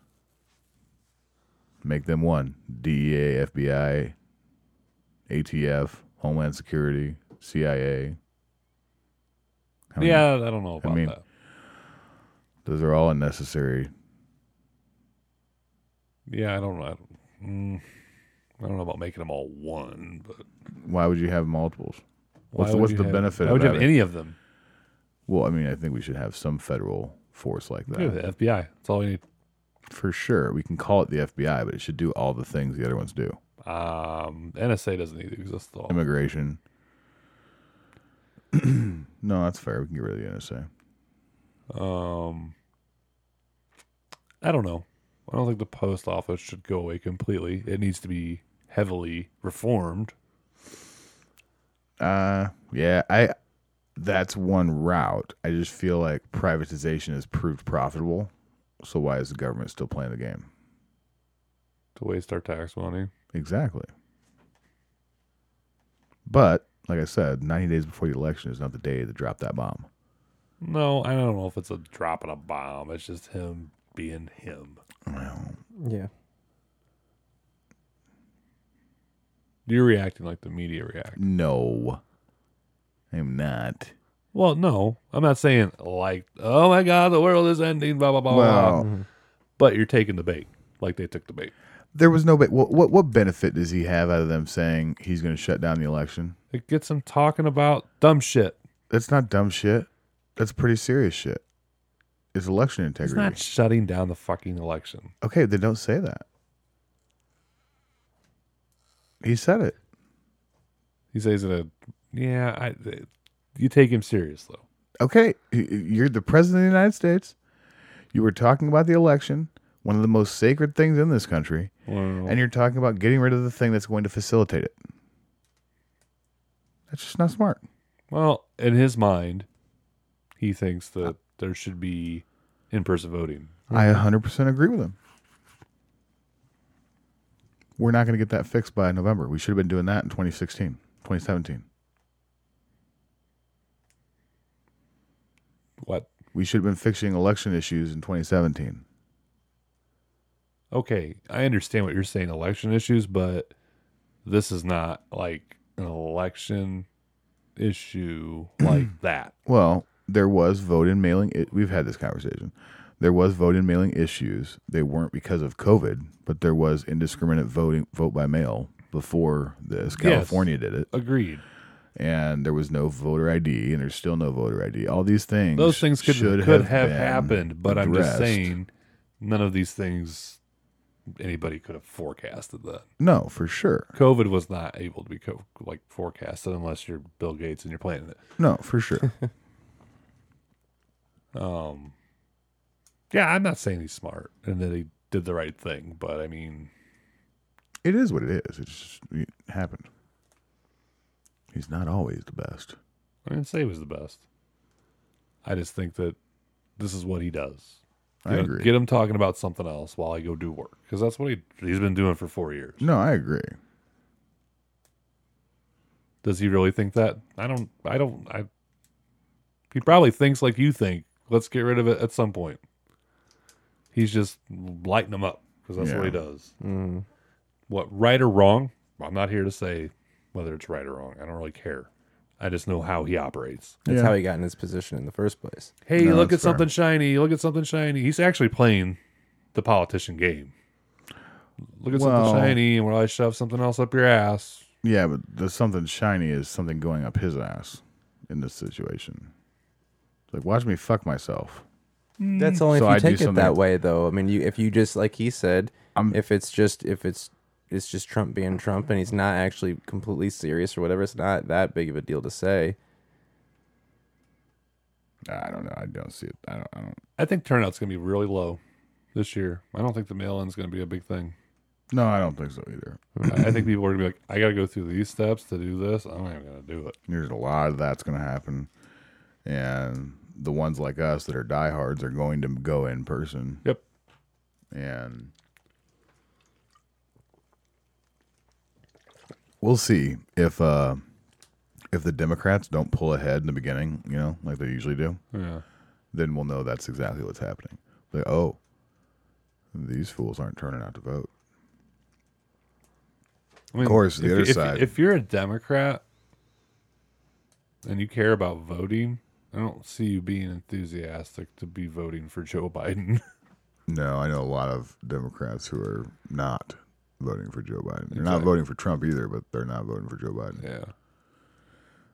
D: Make them one E DEA, FBI, ATF, Homeland Security, CIA. I mean,
B: yeah, I don't know about
D: mean-
B: that.
D: Those are all unnecessary.
B: Yeah, I don't know. I don't, mm, I don't know about making them all one, but
D: Why would you have multiples?
B: why
D: What's-
B: would
D: what's
B: you
D: the
B: have-
D: benefit
B: Why
D: of
B: would you have
D: having-
B: any of them?
D: Well, I mean, I think we should have some federal force like that.
B: Yeah, the FBI. That's all we need.
D: For sure. We can call it the FBI, but it should do all the things the other ones do
B: Um, NSA doesn't need to exist at all.
D: immigration. no, that's fair. We can get rid of the NSA.
B: Um, I don't know. I don't think the post office should go away completely. It needs to be heavily reformed.
D: Uh, yeah, I. That's one route. I just feel like privatization has proved profitable. So why is the government still playing the game?
B: To waste our tax money.
D: Exactly. But like I said, 90 days before the election is not the day to drop that bomb.
B: No, I don't know if it's a drop in a bomb. It's just him being him.
D: Well,
C: Yeah.
B: You're reacting like the media react.
D: no, I'm not.
B: Well, no, I'm not saying like, oh my god, the world is ending, blah blah blah. blah.
D: Well,
B: But you're taking the bait, like they took the bait.
D: There was no. Ba- what, what what benefit does he have out of them saying he's going to shut down the election?
B: It gets them talking about dumb shit.
D: That's not dumb shit. That's pretty serious shit. It's election
B: It's
D: integrity.
B: not shutting down the fucking election.
D: okay, then don't say that. He said it.
B: He says it a yeah. I you take him serious though.
D: Okay, y- y- you're the president of the United States. You were talking about the election, one of the most sacred things in this country,
B: Oh.
D: and you're talking about getting rid of the thing that's going to facilitate it. That's just not smart.
B: well, in his mind, he thinks that there should be in-person voting.
D: I 100% agree with him. We're not going to get that fixed by November. We should have been doing that in 2016, 2017.
B: What?
D: We should have been fixing election issues in 2017.
B: Okay, I understand what you're saying, election issues, but this is not like an election issue like that.
D: Well, there was vote in mailing. i we've had this conversation. There was vote in mailing issues. They weren't because of COVID, but there was indiscriminate voting, vote by mail before this. California did it,
B: Agreed.
D: and there was no voter ID, and there's still no voter ID. All these things.
B: Those things could
D: should
B: could have,
D: been
B: happened, but I'm just
D: addressed.
B: saying none of these things anybody could have forecasted that.
D: No, for sure.
B: COVID was not able to be co- like forecasted unless you're Bill Gates and you're planning it.
D: No, for sure.
B: Um, yeah, I'm not saying he's smart and that he did the right thing, but I mean,
D: it is what it is. It's just, it happened. He's not always the best.
B: I didn't say he was the best. I just think that this is what he does.
D: I
B: Get-
D: agree.
B: Get him talking about something else while I go do work because that's what he he's been doing for four years.
D: No, I agree.
B: Does he really think that? I don't. I don't. I. He probably thinks like you think. Let's get rid of it at some point. He's just lighting them up because that's what he
D: Yeah. Mm-hmm.
B: does.
C: Mm.
B: What right or wrong? I'm not here to say whether it's right or wrong. I don't really care. I just know how he operates.
C: That's
D: Yeah.
C: how he got in his position in the first place.
B: Hey,
D: No,
B: look at
D: that's fair.
B: something shiny. Look at something shiny. He's actually playing the politician game. Look at
D: Well-
B: something shiny, and when I shove something else up your ass,
D: Yeah, but the something shiny is something going up his ass in this situation. It's Like, watch me fuck myself.
C: That's only
D: So
C: if you
D: I do
C: take it that
D: something-
C: way, though. I mean, you if you just like he said,
D: I'm-
C: if it's just if it's it's just Trump being Trump and he's not actually completely serious or whatever, it's not that big of a deal to say.
D: I don't know. I don't see it. I don't. I don't.
B: I think turnout's going to be really low this year. I don't think the mail in's going to be a big thing.
D: No, I don't think so either.
B: I I think people are going to be like, I got to go through these steps to do this. I'm not even going to do it.
D: There's a lot of that's going to happen, and the ones like us that are diehards are going to go in person,
B: Yep.
D: and we'll see if uh if the Democrats don't pull ahead in the beginning, you know, like they usually do.
B: Yeah.
D: then we'll know that's exactly what's happening. Like, oh, these fools aren't turning out to vote.
B: I mean,
D: Of course, the
B: if,
D: other
B: if-
D: side.
B: If you're a Democrat and you care about voting, I don't see you being enthusiastic to be voting for Joe Biden.
D: No, I know a lot of Democrats who are not voting for Joe Biden. They're not
B: Exactly.
D: voting for Trump either, but they're not voting for Joe Biden.
B: yeah.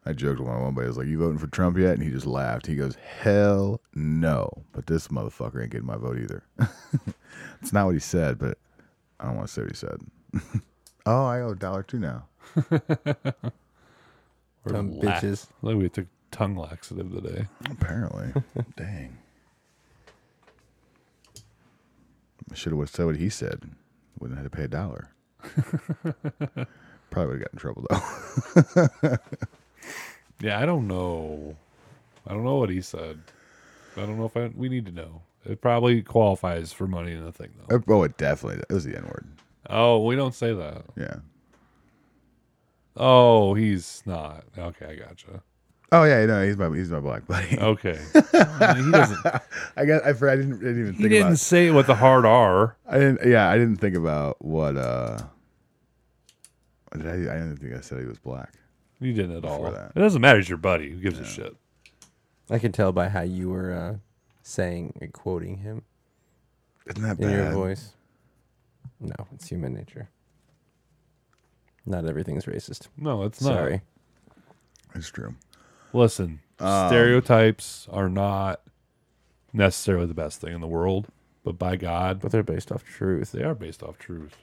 D: I joked with my one buddy. I was like, "You voting for Trump yet?" And he just laughed. He goes, "Hell no!" But this motherfucker ain't getting my vote either. it's not what he said, but I don't want to say what he said. oh, I owe a dollar two now.
B: Or
C: Dumb
B: lax.
C: bitches.
B: Like we took tongue laxative today.
D: Apparently, dang. I should have said what he said. Wouldn't have had to pay a dollar. Probably would have got in trouble though.
B: Yeah, I don't know. I don't know what he said. I don't know if I, we need to know. It probably qualifies for money in the thing, though.
D: oh, it definitely. It was the N word.
B: Oh, we don't say that.
D: Yeah.
B: Oh, he's not. Okay, I gotcha.
D: Oh yeah, no, he's my he's my black buddy.
C: Oh.
B: Okay, I mean, he doesn't.
D: I guess I, forgot- I didn't, I didn't even
B: He
D: think
B: didn't
D: about.
B: say it with the hard R.
D: I didn't. Yeah, I didn't think about what. uh did I, I didn't think I said he was black.
B: You didn't at all.
D: Before that.
B: It doesn't matter. It's your buddy. Who gives a shit?
C: I can tell by how you were uh, saying and quoting him
D: Isn't that
C: in
D: bad?
C: your voice. No, it's human nature. Not everything's racist.
B: No, it's not.
C: Sorry.
D: It's true.
B: Listen,
D: Um,
B: stereotypes are not necessarily the best thing in the world, but by God,
C: But they're based off truth.
B: they are based off truth.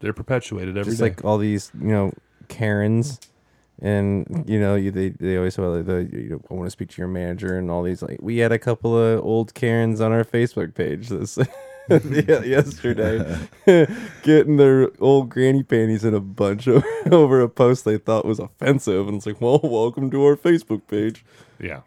B: They're perpetuated every day.
C: Just like all these, you know, Karens, and you know, you, they they always have like, the you know, I want to speak to your manager and all these. Like, we had a couple of old Karens on our Facebook page this yeah, yesterday, getting their old granny panties in a bunch o- over a post they thought was offensive, and it's like, well, welcome to our Facebook page.
B: yeah.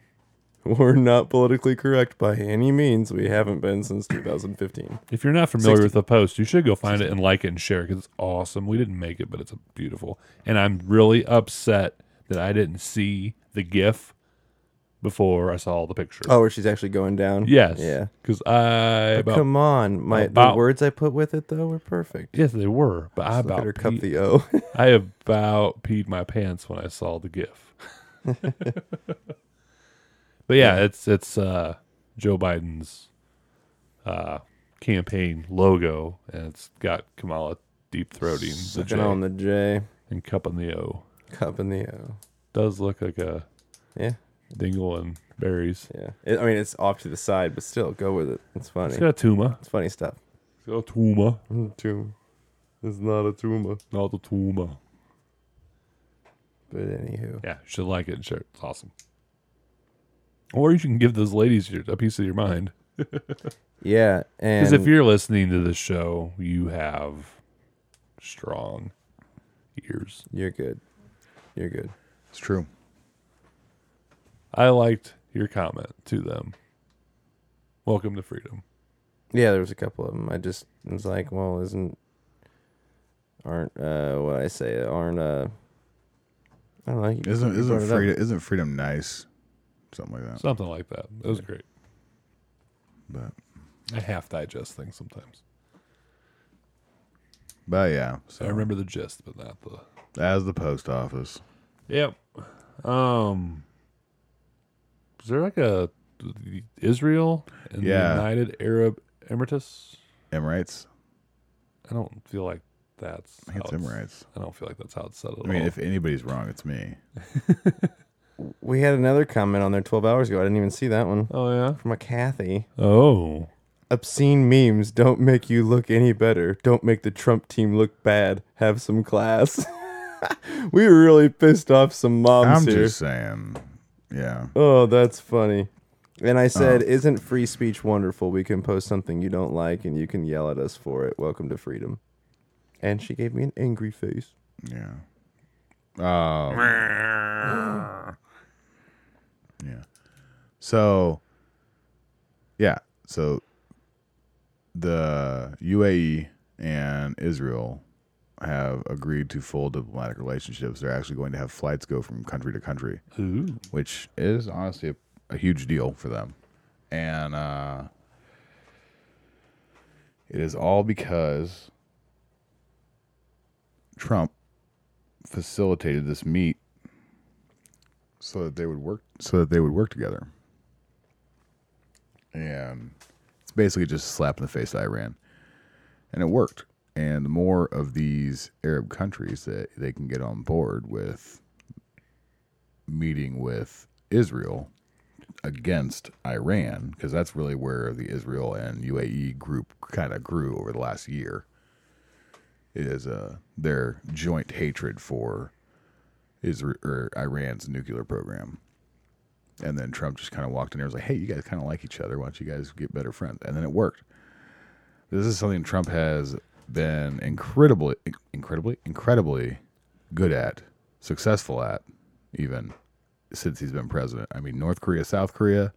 C: We're not politically correct by any means. We haven't been since 2015.
B: If you're not familiar with the post, you should go find it and like it and share because it's awesome. We didn't make it, but it's beautiful. And I'm really upset that I didn't see the GIF before I saw the picture.
C: Oh, where she's actually going down.
B: yes,
C: Yeah.
B: Because I about,
C: Come on, my
B: about-
C: the words I put with it though were perfect.
B: yes they were, but I
C: Just Look
B: about
C: at her cup
B: peed-
C: the O.
B: I about peed my pants when I saw the GIF. but yeah, it's it's uh, Joe Biden's uh, campaign logo, and it's got Kamala deep throating the
C: Sucking
B: J.
C: on the J,
B: and cup on the O.
C: cup in the O.
B: Does look like a
C: Yeah,
B: dingle and berries.
C: yeah. It, I mean, it's off to the side, but still, go with it. It's funny.
B: It's got a tuma.
C: It's funny stuff.
B: It's got a tuma.
C: Tumor. It's not a tumor.
B: Not a tuma.
C: But anywho,
B: Yeah, should like it and share it. It's awesome. Or you can give those ladies your, a piece of your mind.
C: yeah. And
B: Because if you're listening to this show, you have strong ears.
C: you're good, you're good.
D: It's true.
B: I liked your comment to them. Welcome to freedom.
C: Yeah, there was a couple of them. I just was like, well, isn't aren't uh what I say aren't uh I don't know. you-
D: Isn't
C: you brought
D: isn't
C: it up.
D: freedom isn't freedom nice? Something like that.
B: Something like that. That was great.
D: But
B: I half digest things sometimes.
D: but yeah.
B: So I
D: So
B: remember the gist, but not the
D: as the post office.
B: Yep. Um Is there like a Israel and
D: Yeah.
B: the United Arab Emirates?
D: Emirates.
B: I don't feel like that's
D: I think it's
B: how
D: Emirates.
B: I don't feel like that's how it's set at
D: I mean,
B: all.
D: if anybody's wrong, it's me.
C: We had another comment on there 12 hours ago. I didn't even see that one
B: oh yeah.
C: from a Kathy.
B: Oh.
C: Obscene memes don't make you look any better. Don't make the Trump team look bad. Have some class. we really pissed off some moms
D: I'm
C: here.
D: just saying. Yeah.
C: Oh, that's funny. And
D: Oh.
C: I said, "Isn't free speech wonderful? We can post something you don't like, and you can yell at us for it. Welcome to freedom." And she gave me an angry face.
D: Yeah. Oh. yeah. So. Yeah. So. The UAE and Israel have agreed to full diplomatic relationships. They're actually going to have flights go from country to country,
B: Ooh.
D: which is honestly a, a huge deal for them. And uh, it is all because Trump facilitated this meet so that they would work so that they would work together. And it's basically just a slap in the face to Iran. And it worked. And the more of these Arab countries that they can get on board with meeting with Israel against Iran, because that's really where the Israel and UAE group kind of grew over the last year, is uh, their joint hatred for Israel or Iran's nuclear program. And then Trump just kind of walked in there and was like, hey, you guys kind of like each other. Why don't you guys get better friends? And then it worked. This is something Trump has been incredibly, incredibly, incredibly good at, successful at, even since he's been president. I mean, North Korea, South Korea.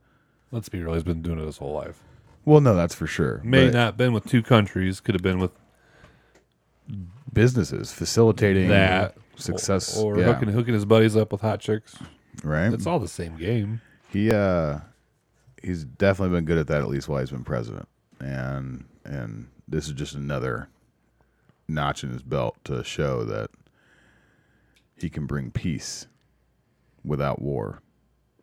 B: Let's be real, he's been doing it his whole life.
D: Well, no, that's for sure.
B: May
D: But
B: not have been with two countries, could have been with
D: businesses facilitating
B: that
D: success
B: or,
D: yeah,
B: hooking hooking his buddies up with hot chicks.
D: right?
B: It's all the same game.
D: he uh he's definitely been good at that at least while he's been president and and this is just another notch in his belt to show that he can bring peace without war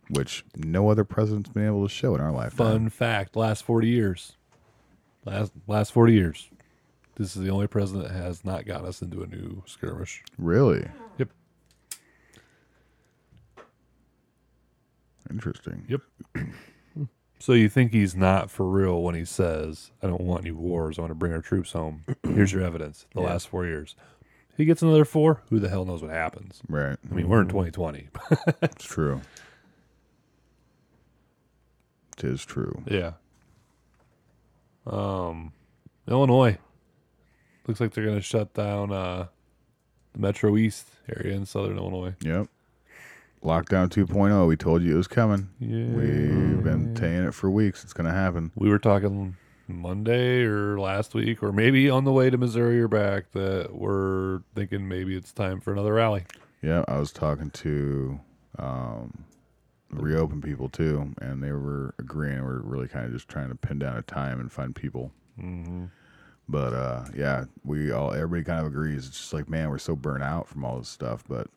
D: which no other president's been able to show in our lifetime
B: Fun fact: last forty years, last last forty years, This is the only president that has not gotten us into a new skirmish.
D: Really?
B: Yep.
D: Interesting.
B: Yep. So you think he's not for real when he says, "I don't want any wars. I want to bring our troops home." Here's your evidence. The
C: Yeah.
B: last four years, he gets another four. Who the hell knows what happens?
D: Right.
B: I mean, we're in 2020.
D: It's true. Tis true.
B: yeah. Um, Illinois looks like they're going to shut down uh, the Metro East area in Southern Illinois.
D: Yep. Lockdown 2.0. We told you it was coming.
B: Yeah.
D: We've been saying it for weeks. It's going to happen.
B: we were talking Monday or last week, or maybe on the way to Missouri or back, that we're thinking maybe it's time for another rally.
D: Yeah, I was talking to um, reopen people too, and they were agreeing. We're really kind of just trying to pin down a time and find people.
B: Mm-hmm.
D: But uh, yeah, we all everybody kind of agrees. It's just like man, we're so burnt out from all this stuff, but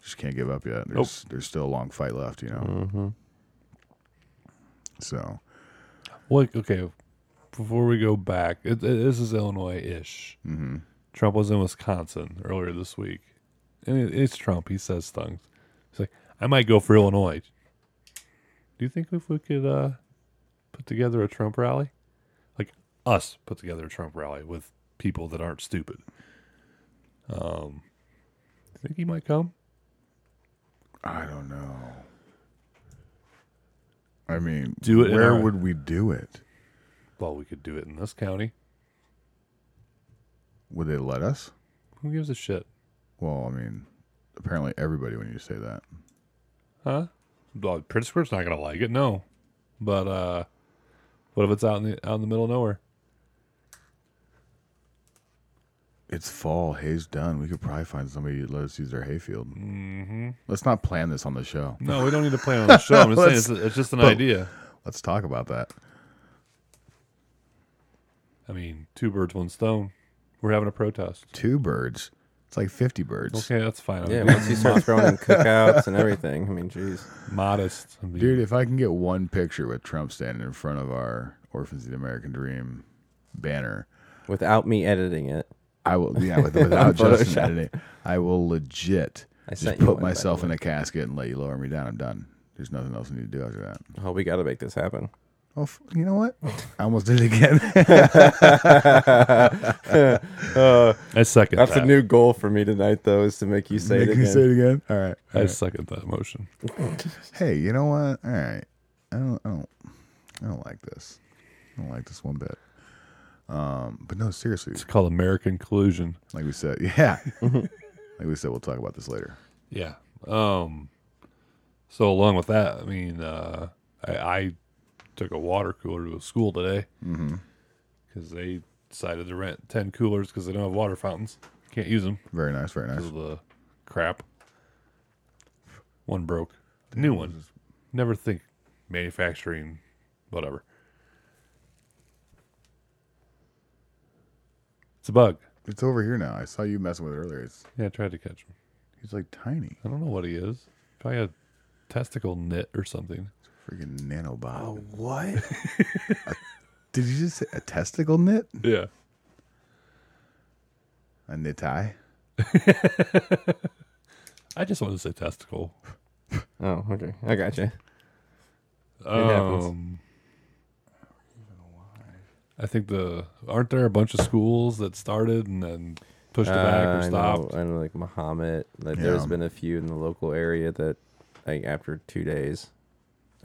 D: just can't give up yet. There's there's still a long fight left, you know.
B: Mm-hmm.
D: So
B: Well, okay, before we go back, it, it- this is Illinois ish. Mm-hmm. Trump was in Wisconsin earlier this week, and it, it's Trump. He says things. He's like, "I might go for Illinois." Do you think if we could uh, put together a Trump rally, like us put together a Trump rally with people that aren't stupid, um, you think he might come?
D: I don't know. I mean,
B: Do it in
D: Where
B: our-
D: would we do it?
B: Well, we could do it in this county.
D: Would they let us?
B: Who gives a shit,
D: Well, I mean, apparently everybody when you say that.
B: huh? Well, Pittsburgh's not gonna like it, no. But uh, what if it's out in the out in the middle of nowhere?
D: It's fall, hay's done. We could probably find somebody to let us use their hayfield. Mm-hmm. Let's not plan this on the show.
B: No, we don't need to plan on the show. I'm just saying it's, it's just an
D: but-
B: idea.
D: Let's talk about that.
B: I mean, two birds, one stone. We're having a protest.
D: Two birds. It's like fifty birds.
B: Okay, that's fine. I'm
C: Yeah,
B: being
C: once you start throwing in cookouts and everything, I mean, jeez.
B: modest. I'm being-
D: Dude, if I can get one picture with Trump standing in front of our Orphans of the American Dream banner,
C: Without me editing it,
D: I will yeah, with, without Justin editing, I will legit
C: I
D: just
C: sent you one,
D: put
C: by the
D: myself in
C: way.
D: a casket and let you lower me down. I'm done. There's nothing else I need to do after that.
C: oh, we got to make this happen.
D: Oh, f- you know what? I almost did it again.
B: I second
C: That's
B: that.
C: a new goal for me tonight, though, is to make you say it
D: Make me
C: again.
D: say it again. All right.
B: I second that motion.
D: hey, you know what? All right, I don't, I don't, I don't like this. I don't like this one bit. Um, but no, seriously,
B: It's called American collusion.
D: like we said, yeah, like we said, we'll talk about this later.
B: Yeah. Um. So along with that, I mean, uh, I, I took a water cooler to school today because they decided to rent ten coolers because they don't have water fountains. Can't use them.
D: Very nice, very nice.
B: because of the crap. One broke. The new one. Never think manufacturing, whatever. It's a bug.
D: It's over here now. I saw you messing with it earlier. It's
B: Yeah, I tried to catch him.
D: he's like tiny,
B: I don't know what he is. Probably a testicle knit or something.
D: freaking nanobot.
C: What?
D: Did you just say a testicle knit?
B: Yeah.
D: A knit eye?
B: I just wanted to say testicle.
C: oh, okay. I got you. happens.
B: Um, I think the aren't there a bunch of schools that started and then pushed it back or
C: Uh, I
B: stopped?
C: Know, I know, like Muhammad. Like, there's
D: Yeah.
C: been a few in the local area that, like, after two days,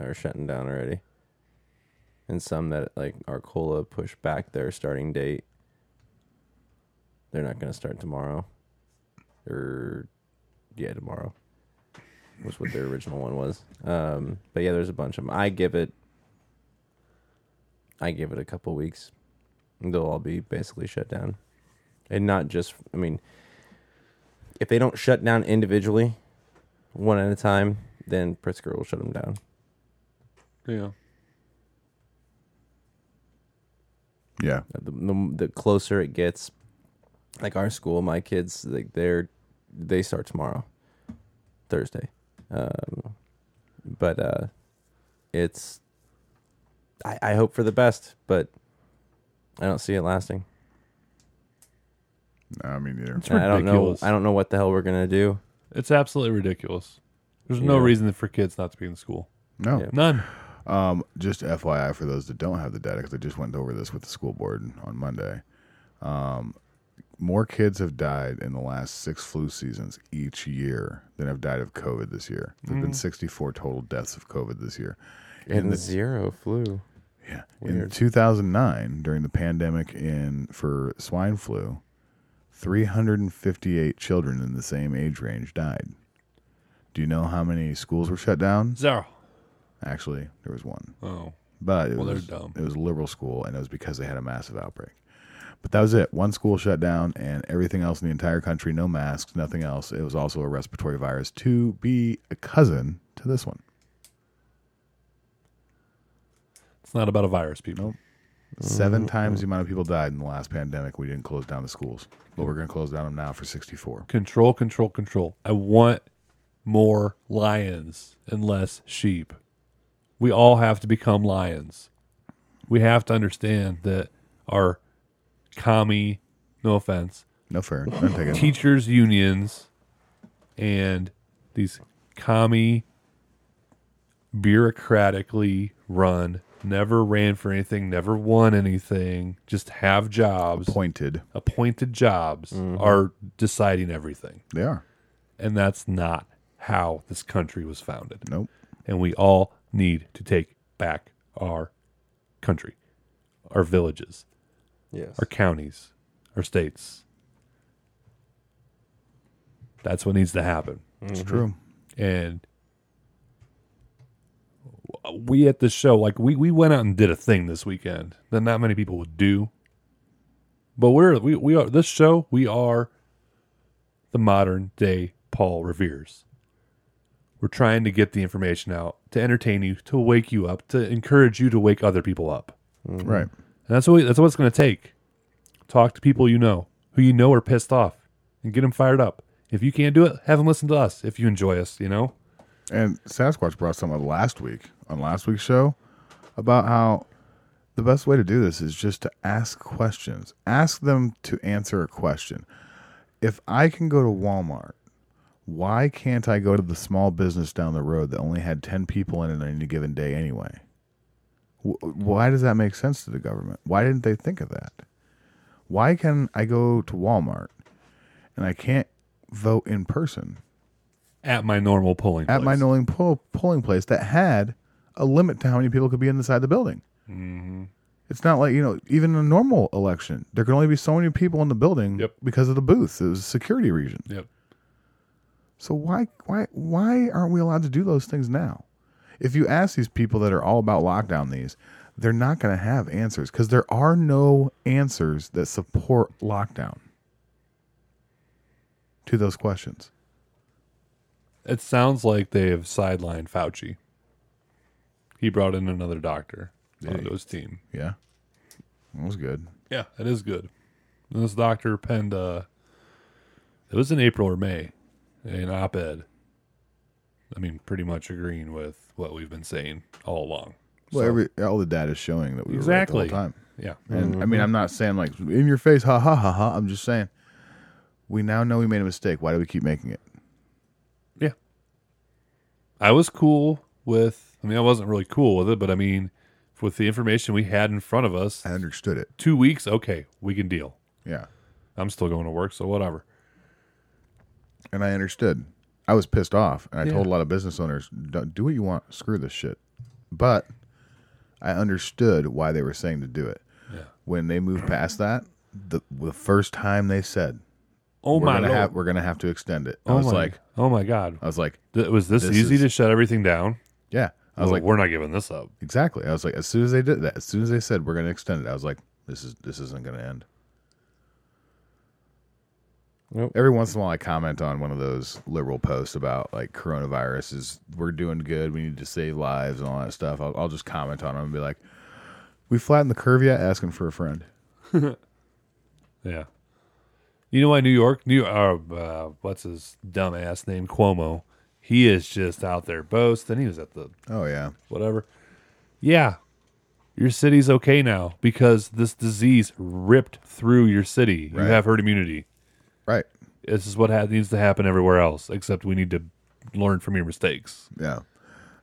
C: are shutting down already. And some that, like, Arcola pushed back their starting date. They're not going to start tomorrow. Or, yeah, tomorrow was what their original one was. Um, but yeah, there's a bunch of them. I give it, I give it a couple weeks. They'll all be basically shut down, and not just. I mean, if they don't shut down individually, one at a time, then Pritzker will shut them down.
B: Yeah.
D: Yeah.
C: The, the, the closer it gets, like our school, my kids, like they're they start tomorrow, Thursday, um, but uh, it's. I, I hope for the best, but I don't see it lasting.
D: No, me neither.
B: It's
C: And I don't know.
B: ridiculous.
C: I don't know what the hell we're gonna do.
B: It's absolutely ridiculous. There's no
C: Yeah.
B: reason for kids not to be in school.
D: No.
C: Yeah.
B: None.
D: Um, just FYI for those that don't have the data, because I just went over this with the school board on Monday. Um, more kids have died in the last six flu seasons each year than have died of COVID this year. There've been 64 total deaths of COVID this year.
C: And zero flu.
D: Yeah. In 2009, during the pandemic in for swine flu, 358 children in the same age range died. Do you know how many schools were shut down?
B: Zero.
D: Actually, there was one.
B: Oh.
D: But it
B: Well, they're
D: was
B: dumb.
D: it was a liberal school, and it was because they had a massive outbreak. But that was it. One school shut down, and everything else in the entire country, no masks, nothing else. It was also a respiratory virus to be a cousin to this one.
B: It's not about a virus, people.
D: Nope. 7 times the amount of people died in the last pandemic. We didn't close down the schools, but we're going to close down them now for 64.
B: Control, control, control. I want more lions and less sheep. We all have to become lions. We have to understand that our commie, no offense,
D: No fair. Don't take it.
B: teachers unions and these commie bureaucratically run never ran for anything never won anything just have jobs
D: Pointed.
B: appointed jobs are deciding everything
D: They are.
B: and that's not how this country was founded
D: Nope.
B: and we all need to take back our country our villages
C: Yes.
B: our counties, our states. That's what needs to happen.
D: It's true.
B: And we at the show, like we, we went out and did a thing this weekend that not many people would do. But we're we, we are this show, we are the modern day Paul Revere's. We're trying to get the information out to entertain you, to wake you up, to encourage you to wake other people up.
D: Right.
B: And that's what that's what it's going to take. Talk to people you know who you know are pissed off and get them fired up. If you can't do it, have them listen to us. If you enjoy us, you know.
D: And Sasquatch brought something up last week on last week's show about how the best way to do this is just to ask questions. Ask them to answer a question. If I can go to Walmart, why can't I go to the small business down the road that only had 10 people in it on any given day anyway? Wh- Why does that make sense to the government? Why didn't they think of that? Why can I go to Walmart and I can't vote in person?
B: At my normal polling
D: at my
B: place.
D: Noling poll, polling place that had a limit to how many people could be inside the building.
B: Mm-hmm.
D: It's not like you know, even in a normal election, there could only be so many people in the building
B: Yep.
D: because of the booths. It was a security region.
B: Yep.
D: So why why why aren't we allowed to do those things now? If you ask these people that are all about lockdown these, they're not going to have answers because there are no answers that support lockdown to those questions.
B: It sounds like they have sidelined Fauci. He brought in another doctor onto his team.
D: Yeah. That was good.
B: Yeah, that is good. And this doctor penned uh it was in April or May, an op ed. I mean, pretty much agreeing with what we've been saying all along.
D: Well,
B: So-
D: every, all the data is showing that we were
B: Exactly. Mm-hmm.
D: right the whole time.
B: yeah.
D: And I mean, I'm not saying like in your face, ha ha ha ha. I'm just saying we now know we made a mistake. Why do we keep making it?
B: Yeah. I was cool with I mean I wasn't really cool with it, but I mean with the information we had in front of us,
D: I understood it.
B: 2 weeks, okay, we can deal.
D: Yeah,
B: I'm still going to work, so whatever.
D: and I understood. I was pissed off, and I
B: Yeah.
D: told a lot of business owners, "Do- "Do what you want. Screw this shit." But I understood why they were saying to do it.
B: Yeah.
D: When they moved past that, the the first time they said,
B: Oh
D: we're
B: my
D: gonna
B: lord.
D: have, we're gonna have to extend it," I
B: oh
D: was
B: my
D: like,
B: Oh my god.
D: "I was like,
B: Th- was this,
D: this
B: easy
D: is-
B: to shut everything down?
D: yeah." I was
B: Well,
D: like,
B: we're not giving this up.
D: Exactly. I was like, as soon as they did that, as soon as they said we're going to extend it, I was like, this is this isn't going to end.
C: Nope.
D: Every once in a while, I comment on one of those liberal posts about like coronavirus is we're doing good, we need to save lives and all that stuff. I'll, I'll just comment on them and be like, we flattened the curve yet? Asking for a friend.
B: Yeah. You know why New York, New uh, uh, what's his dumbass name Cuomo? He is just out there boasting. He was at the
D: Oh yeah,
B: whatever. Yeah. Your city's okay now because this disease ripped through your city.
D: Right.
B: You have herd immunity. This is what ha- needs to happen everywhere else, except we need to learn from your mistakes.
D: Yeah,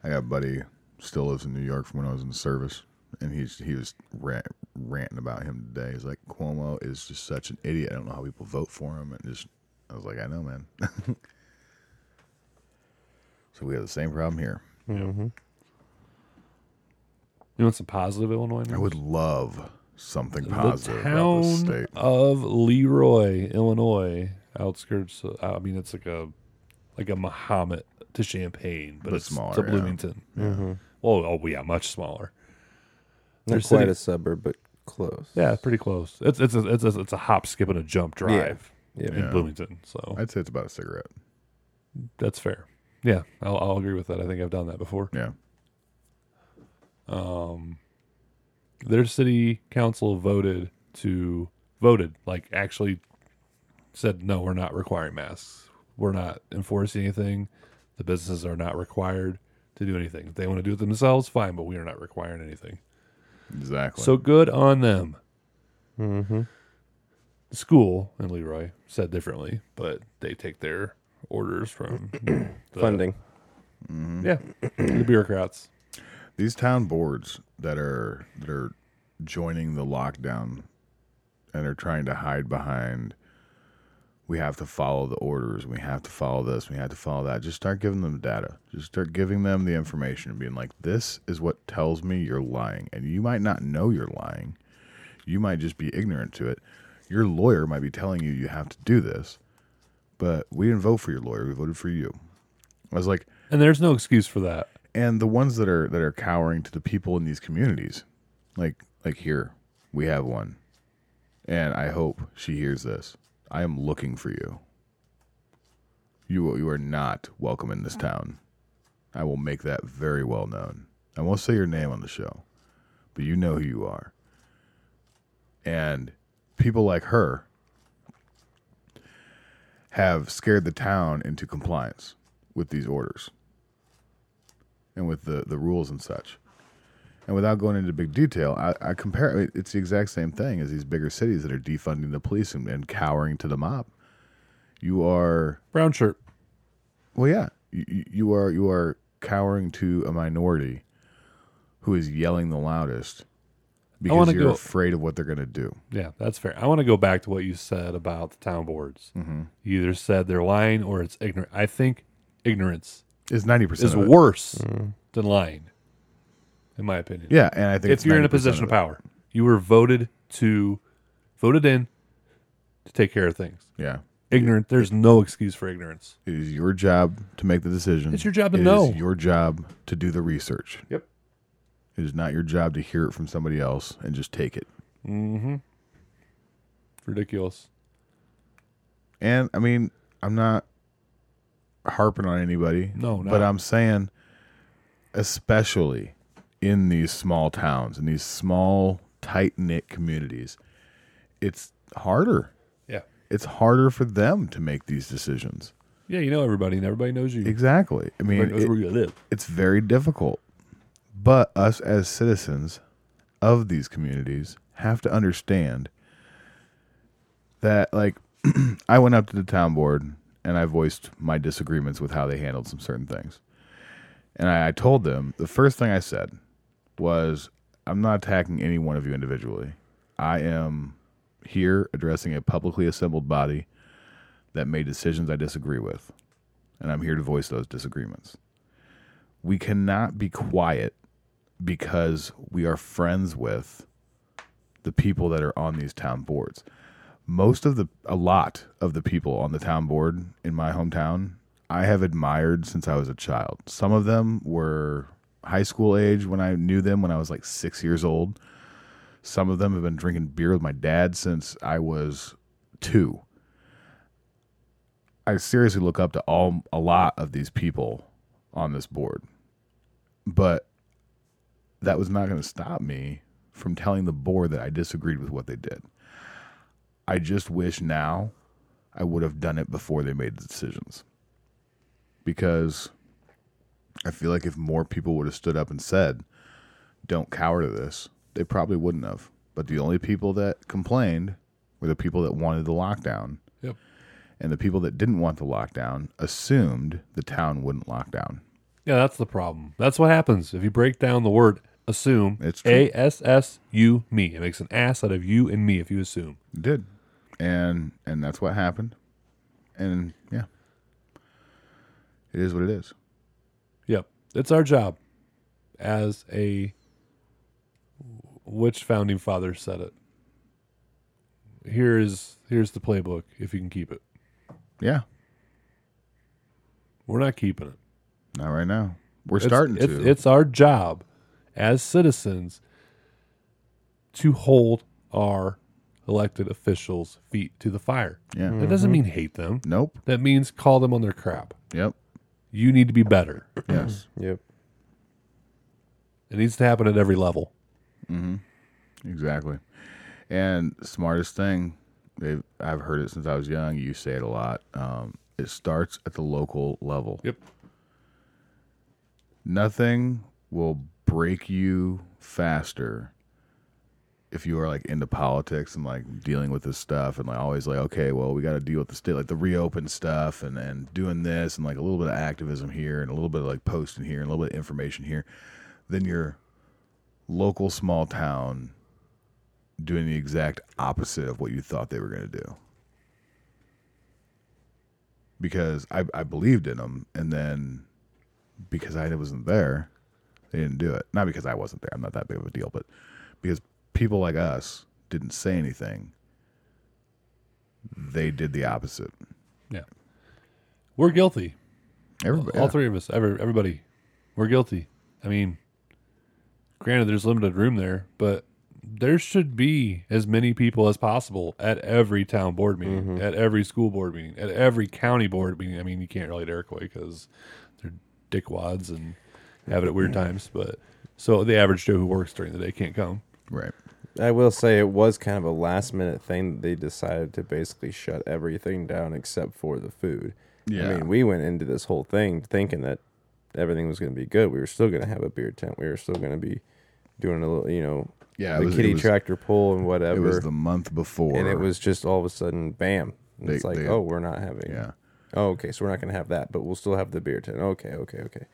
D: I got a buddy still lives in New York from when I was in the service, and he's he was rant, ranting about him today. He's like Cuomo is just such an idiot. I don't know how people vote for him, and just I was like, I know, man. so we have the same problem here.
B: You want some positive Illinois?
D: I
B: news?
D: would love something
B: the
D: positive about this
B: town
D: state.
B: of Leroy, Illinois, outskirts. Of, I mean, it's like a like a Mahomet to Champagne, but,
D: But
B: it's
D: smaller,
B: to
D: yeah.
B: Bloomington.
C: Mm-hmm.
B: Well, oh yeah, much smaller. They're
C: Not quite
B: sitting-
C: a suburb, but close.
B: Yeah, pretty close. It's it's a, it's a, it's a hop, skip, and a jump drive
C: Yeah.
B: in Bloomington. So
D: I'd say it's about a cigarette.
B: that's fair. Yeah, I'll, I'll agree with that. I think I've done that before.
D: Yeah,
B: Their city council voted to voted like actually said no, we're not requiring masks. We're not enforcing anything. The businesses are not required to do anything. If they want to do it themselves, fine, but we are not requiring anything.
D: exactly.
B: So good on them. The school in Leroy said differently, but they take their orders from the,
C: Funding.
B: Yeah, the bureaucrats.
D: these town boards that are that are joining the lockdown and are trying to hide behind we have to follow the orders we have to follow this we have to follow that just start giving them data just start giving them the information and being like this is what tells me you're lying and you might not know you're lying you might just be ignorant to it your lawyer might be telling you you have to do this but we didn't vote for your lawyer we voted for you i was like
B: And there's no excuse for that.
D: and the ones that are that are cowering to the people in these communities like like here we have one and i hope she hears this i am looking for you you you are not welcome in this town i will make that very well known i won't say your name on the show but you know who you are and people like her have scared the town into compliance with these orders and with the, the rules and such. And without going into big detail, I, I compare I mean, it's the exact same thing as these bigger cities that are defunding the police and, and cowering to the mob. You are
B: Brown shirt.
D: well, yeah, you, you- you are you are cowering to a minority who is yelling the loudest because
B: wanna
D: you're
B: go-
D: afraid of what they're going to do.
B: Yeah, that's fair. I want to go back to what you said about the town boards.
D: Mm-hmm.
B: You either said they're lying or it's ignorant. I think ignorance
D: It's ninety percent
B: is worse than lying, in my opinion.
D: Yeah, and I think
B: if
D: it's
B: you're in a
D: 90%
B: position of
D: it.
B: power, you were voted to, voted in to take care of things.
D: yeah,
B: Ignorant. There's no excuse for ignorance.
D: it is your job to make the decision.
B: It's your job to
D: It is
B: know.
D: your job to do the research.
B: Yep.
D: It is not your job to hear it from somebody else and just take it.
B: It's ridiculous.
D: And I mean, I'm not harping on anybody.
B: No,
D: But
B: not.
D: I'm saying, especially in these small towns, in these small, tight knit communities, it's harder.
B: Yeah.
D: It's harder for them to make these decisions.
B: Yeah, you know everybody, and everybody knows you.
D: Exactly. I mean,
B: Everybody knows
D: it-
B: where you live.
D: it's very difficult. But us as citizens of these communities have to understand that, like, I went up to the town board and I voiced my disagreements with how they handled some certain things. And I, I told them the first thing I said was, I'm not attacking any one of you individually. I am here addressing a publicly assembled body that made decisions I disagree with. And I'm here to voice those disagreements we cannot be quiet because we are friends with the people that are on these town boards. Most of the, a lot of the people on the town board in my hometown, I have admired since I was a child. Some of them were high school age when I knew them when I was like six years old. Some of them have been drinking beer with my dad since I was two. I seriously look up to all a lot of these people on this board. But that was not going to stop me from telling the board that I disagreed with what they did. I just wish now I would have done it before they made the decisions. Because I feel like if more people would have stood up and said, don't cower to this, they probably wouldn't have. But the only people that complained were the people that wanted the lockdown
B: Yep.
D: and the people that didn't want the lockdown assumed the town wouldn't lock down.
B: Yeah, that's the problem. That's what happens if you break down the word assume.
D: It's true.
B: A S S U me. It makes an ass out of you and me if you assume.
D: It did, and and that's what happened, and yeah, it is what it is.
B: Yep. It's our job as a which founding father said it. Here is here's the playbook if you can keep it.
D: Yeah,
B: We're not keeping it.
D: not right now. We're
B: It's-
D: starting
B: it's,
D: to.
B: It's our job as citizens to hold our elected officials' feet to the fire.
D: yeah.
B: That doesn't
D: Mm-hmm.
B: mean hate them.
D: Nope.
B: That means call them on their crap.
D: Yep.
B: You need to be better.
D: Yes.
C: Yep.
B: It needs to happen at every level.
D: Exactly. And smartest thing, they've, I've heard it since I was young. You say it a lot. Um, it starts at the local level.
B: Yep.
D: Nothing will break you faster if you are like into politics and like dealing with this stuff and like always like okay well we got to deal with the state like the reopen stuff and and doing this and like a little bit of activism here and a little bit of like posting here and a little bit of information here then your local small town doing the exact opposite of what you thought they were going to do because I, I believed in them and then because i wasn't there they didn't do it not because i wasn't there i'm not that big of a deal but because people like us didn't say anything they did the opposite
B: Yeah. We're guilty.
D: everybody
B: All three of us. Every, everybody. We're guilty. I mean, granted, there's limited room there, but there should be as many people as possible at every town board meeting, at every school board meeting, at every county board meeting. I mean, you can't relate to Iroquois because they're dickwads and have it at weird times, but so the average Joe who works during the day can't come.
D: right
C: I will say it was kind of a last minute thing that they decided to basically shut everything down except for the food. I
D: Yeah.
C: mean, we went into this whole thing thinking that everything was going to be good. We were still going to have a beer tent. We were still going to be doing a little, you know,
D: Yeah, it
C: the
D: was- it
C: kitty
D: was-
C: tractor pull and whatever.
D: it was the month before
C: and it was just all of a sudden, bam. And
D: They-
C: it's like,
D: they-
C: oh, we're not having.
D: yeah
C: Oh, okay. So we're not going to have that, but we'll still have the beer tent. Okay, okay, okay.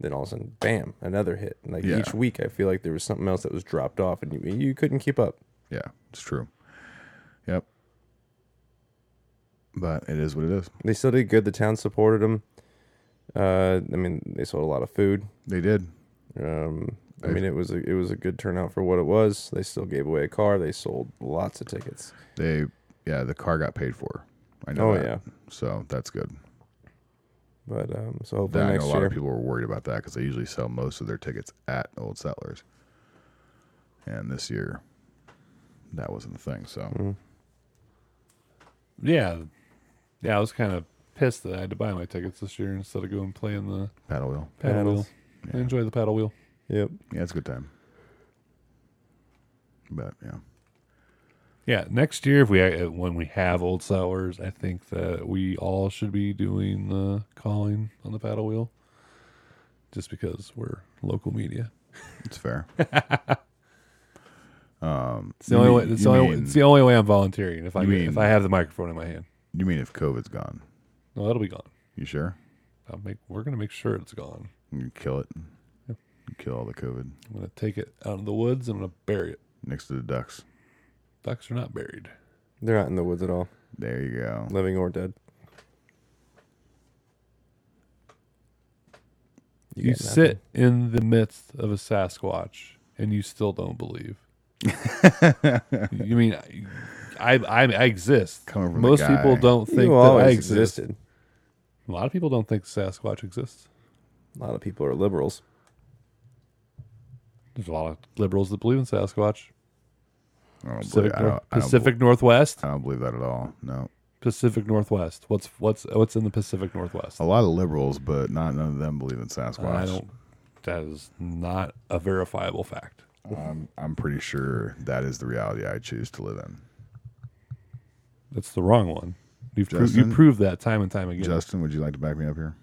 C: Then all of a sudden, bam, another hit. And like
D: Yeah.
C: each week, I feel like there was something else that was dropped off, and you, you couldn't keep up.
D: yeah it's true yep but it is what it is
C: They still did good. The town supported them. Uh, I mean, they sold a lot of food.
D: they did
C: Um, I mean, it was a, it was a good turnout for what it was. They still gave away a car. They sold lots of tickets.
D: They, yeah, the car got paid for. I know.
C: Oh,
D: that.
C: yeah.
D: So that's good.
C: But um, so hopefully
D: That, I know a
C: next
D: lot
C: year.
D: of people were worried about that because they usually sell most of their tickets at Old Settlers, and this year, that wasn't the thing. So
B: Mm-hmm. Yeah. Yeah, I was kind of pissed that I had to buy my tickets this year instead of going play in the
D: paddle wheel.
B: paddle wheel.
C: Paddles.
B: I enjoy the paddle wheel.
C: Yep.
D: Yeah, it's a good time. But yeah,
B: Yeah, next year if we uh, when we have old settlers, I think that we all should be doing the calling on the paddle wheel, just because we're local media.
D: it's fair. um,
B: It's the
D: you
B: only
D: mean-
B: way. It's
D: you
B: the only,
D: mean-
B: it's the only way I'm volunteering if I
D: You
B: if
D: mean-
B: I have the microphone in my hand.
D: you mean if COVID's gone?
B: No, that'll be gone.
D: You sure?
B: I'll make. We're gonna make sure it's gone.
D: You can kill it. You Kill all the COVID
B: I'm gonna take it out of the woods. I'm gonna bury it.
D: next to the ducks.
B: Ducks are not buried.
C: They're not in the woods at all,
D: There you go.
C: living or dead.
B: You,
C: get nothing.
B: sit in the midst of a Sasquatch and you still don't believe. you mean I, I I exist.
D: Coming from the
B: Most
D: guy.
B: people don't think
C: you
B: that
C: always
B: I exist.
C: existed.
B: A lot of people don't think Sasquatch exists.
C: A lot of people are liberals.
B: There's a lot of liberals that believe in Sasquatch.
D: I don't
B: Pacific,
D: believe, I
B: Nor-
D: don't, I don't
B: Pacific Northwest.
D: I don't believe that at all. No,
B: Pacific Northwest. What's what's what's in the Pacific Northwest?
D: a lot of liberals, but not none of them believe in Sasquatch.
B: I don't. That is not a verifiable fact.
D: I'm Um, I'm pretty sure that is the reality I choose to live in.
B: That's the wrong one. You've pro- you
D: Justin?
B: proved that time and time again.
D: Justin, would you like to back me up here?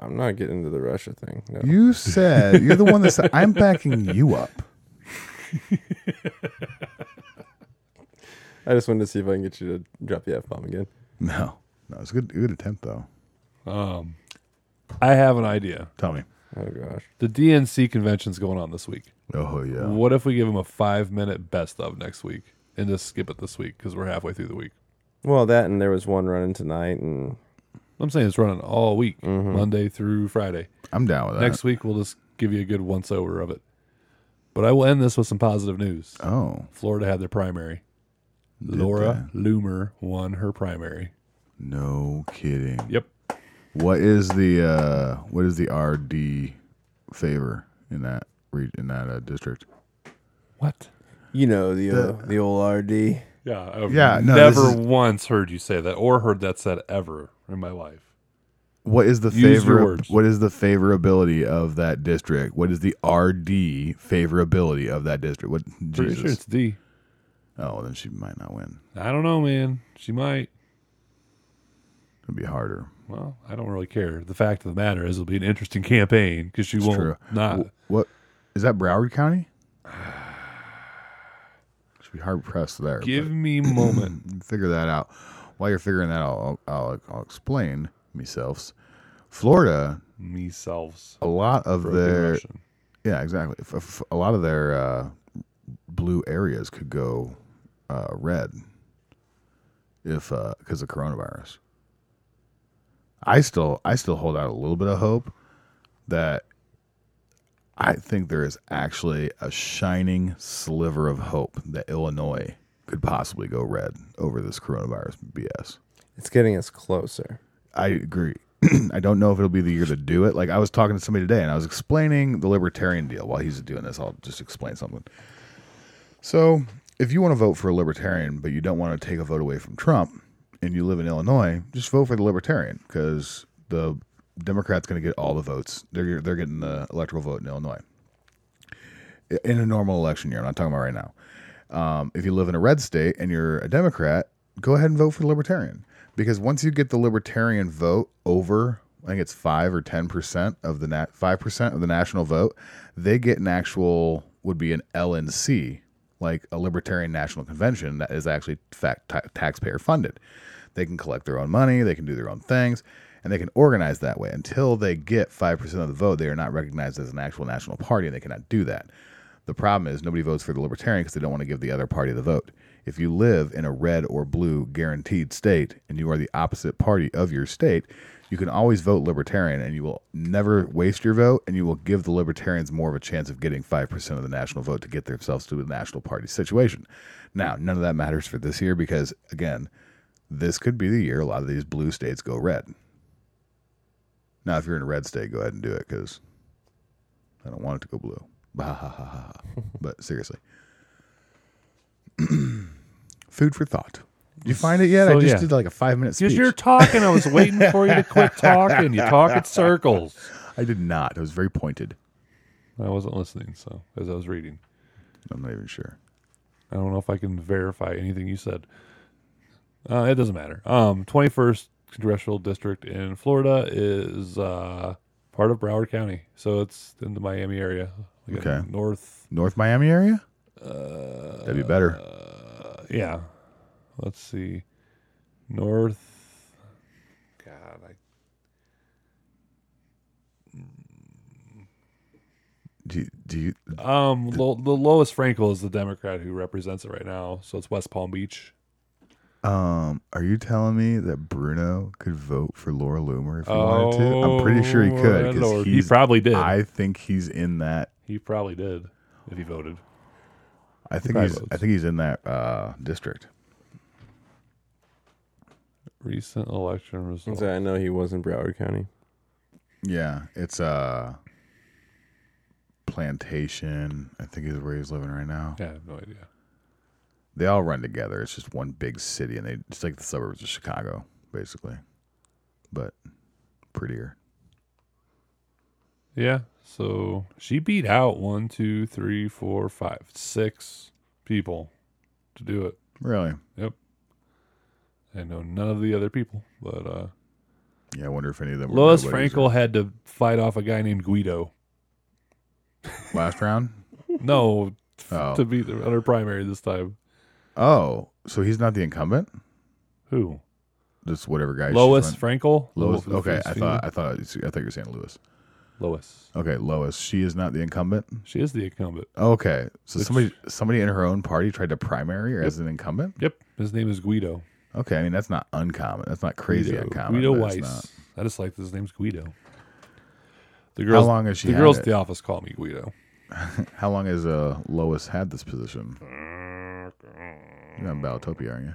C: I'm not getting into the Russia thing. No.
D: You said you're the one that said I'm backing you up.
C: I just wanted to see if I can get you to drop the f bomb again.
D: No, No, it's a good, good attempt though.
B: Um, I have an idea.
D: Tell me.
C: Oh gosh.
B: The DNC convention's going on this week.
D: Oh yeah.
B: What if we give them a five minute best of next week and just skip it this week because we're halfway through the week?
C: Well, that and there was one running tonight, and
B: I'm saying it's running all week,
D: Mm-hmm.
B: Monday through Friday.
D: I'm down with that.
B: Next week, we'll just give you a good once over of it. But I will end this with some positive news.
D: Oh,
B: Florida had their primary.
D: Did
B: Laura Loomer won her primary.
D: no kidding.
B: Yep.
D: What is the uh what is the RD favor in that re- in that uh, district?
B: What?
C: you know the uh, the old RD.
B: Yeah. I've
D: Yeah, no, this
B: never
D: is-
B: once heard you say that or heard that said ever in my life.
D: What is the
B: Use your
D: favor?
B: words.
D: What is the favorability of that district? What is the RD favorability of that district? What
B: Pretty
D: Jesus?
B: sure it's D.
D: Oh, then she might not win.
B: I don't know, man. She might.
D: It'd be harder.
B: Well, I don't really care. The fact of the matter is, it'll be an interesting campaign because she won't
D: true.
B: not.
D: Wh- What is that? Broward County. Should be hard pressed there.
B: Give me a moment.
D: but figure that out. While you're figuring that out, I'll, I'll, I'll explain myself. Florida,
B: Meselves.
D: a lot of
B: Broken
D: their
B: Russian.
D: Yeah, exactly. F- f- a lot of their uh, blue areas could go uh, red if because of coronavirus. I still I still hold out a little bit of hope that I think there is actually a shining sliver of hope that Illinois could possibly go red over this coronavirus BS.
C: It's getting us closer.
D: I agree. I don't know if it'll be the year to do it. Like I was talking to somebody today, and I was explaining the libertarian deal. While he's doing this, I'll just explain something. So, if you want to vote for a libertarian, but you don't want to take a vote away from Trump, and you live in Illinois, just vote for the libertarian because the Democrats going to get all the votes. They're they're getting the electoral vote in Illinois in a normal election year. I'm not talking about right now. Um, if you live in a red state and you're a Democrat, go ahead and vote for the Libertarian because once you get the Libertarian vote over, I think it's five or ten percent of the nat five percent of the national vote, they get an actual would be an LNC like a Libertarian National Convention that is actually fact ta taxpayer funded. They can collect their own money, they can do their own things, and they can organize that way. Until they get 5% of the vote, they are not recognized as an actual national party, and they cannot do that. The problem is nobody votes for the Libertarian because they don't want to give the other party the vote. If you live in a red or blue guaranteed state and you are the opposite party of your state, you can always vote Libertarian and you will never waste your vote and you will give the Libertarians more of a chance of getting 5% of the national vote to get themselves to a national party situation. Now, none of that matters for this year because, again, this could be the year a lot of these blue states go red. Now, if you're in a red state, go ahead and do it because I don't want it to go blue. Bah, ha, ha, ha, ha. but seriously, food for thought. Did you find it yet? I
B: So,
D: just
B: yeah.
D: did like a five minute speech.
B: Because you're talking. I was waiting for you to quit talking. You talk in circles.
D: I did not. It was very pointed.
B: I wasn't listening, so as I was reading,
D: I'm not even sure.
B: I don't know if I can verify anything you said. Uh, it doesn't matter. Um, 21st congressional district in Florida is uh, part of Broward County, so it's in the Miami area. Like
D: Okay.
B: North.
D: North Miami area? Uh, That'd be better.
B: uh, yeah. Let's see. North. God, I
D: do, you- do you?
B: Um, lo- the lowest Frankel is the Democrat who represents it right now, so it's West Palm Beach.
D: Um, are you telling me that Bruno could vote for Laura Loomer if he wanted to? I'm pretty sure he could because
B: Lord. Oh, he probably did.
D: I think he's in that.
B: he probably did if he voted.
D: I think
B: probably
D: he's. I
B: votes.
D: think he's in that uh, district.
B: Recent election results.
C: So I know he was in Broward County.
D: Yeah, it's uh plantation. I think is where he's living right now.
B: Yeah, I have no idea.
D: They all run together. It's just one big city, and they it's like the suburbs of Chicago, basically, but prettier.
B: Yeah, so she beat out one, two, three, four, five, six people to do it.
D: Really?
B: I know none of the other people, but uh,
D: Yeah. I wonder if any of them. were
B: Lois
D: nobodies
B: Frankel had to fight off a guy named Guido.
D: or- Last round.
B: No,
D: Oh.
B: to beat the other primary this time.
D: Oh, so he's not the incumbent?
B: Who?
D: this whatever guy. she's
B: Lois
D: run-
B: Frankel.
D: Lois.
B: Lois
D: Okay, I
B: Fitzfield?
D: thought I thought I thought you were saying Lewis.
B: Lois.
D: Okay, Lois. She is not the incumbent.
B: She is the incumbent.
D: Okay, so
B: Which-
D: somebody somebody in her own party tried to primary her as an incumbent.
B: Yep. His name is Guido.
D: Okay, I mean that's not uncommon. That's not crazy
B: Guido,
D: uncommon.
B: Guido
D: but it's not.
B: Weiss. I just like that his name's Guido. The girls.
D: long has she
B: The
D: had
B: girls
D: it?
B: at the office call me Guido.
D: How long has uh, Lois had this position? You're on Balotopia, aren't you?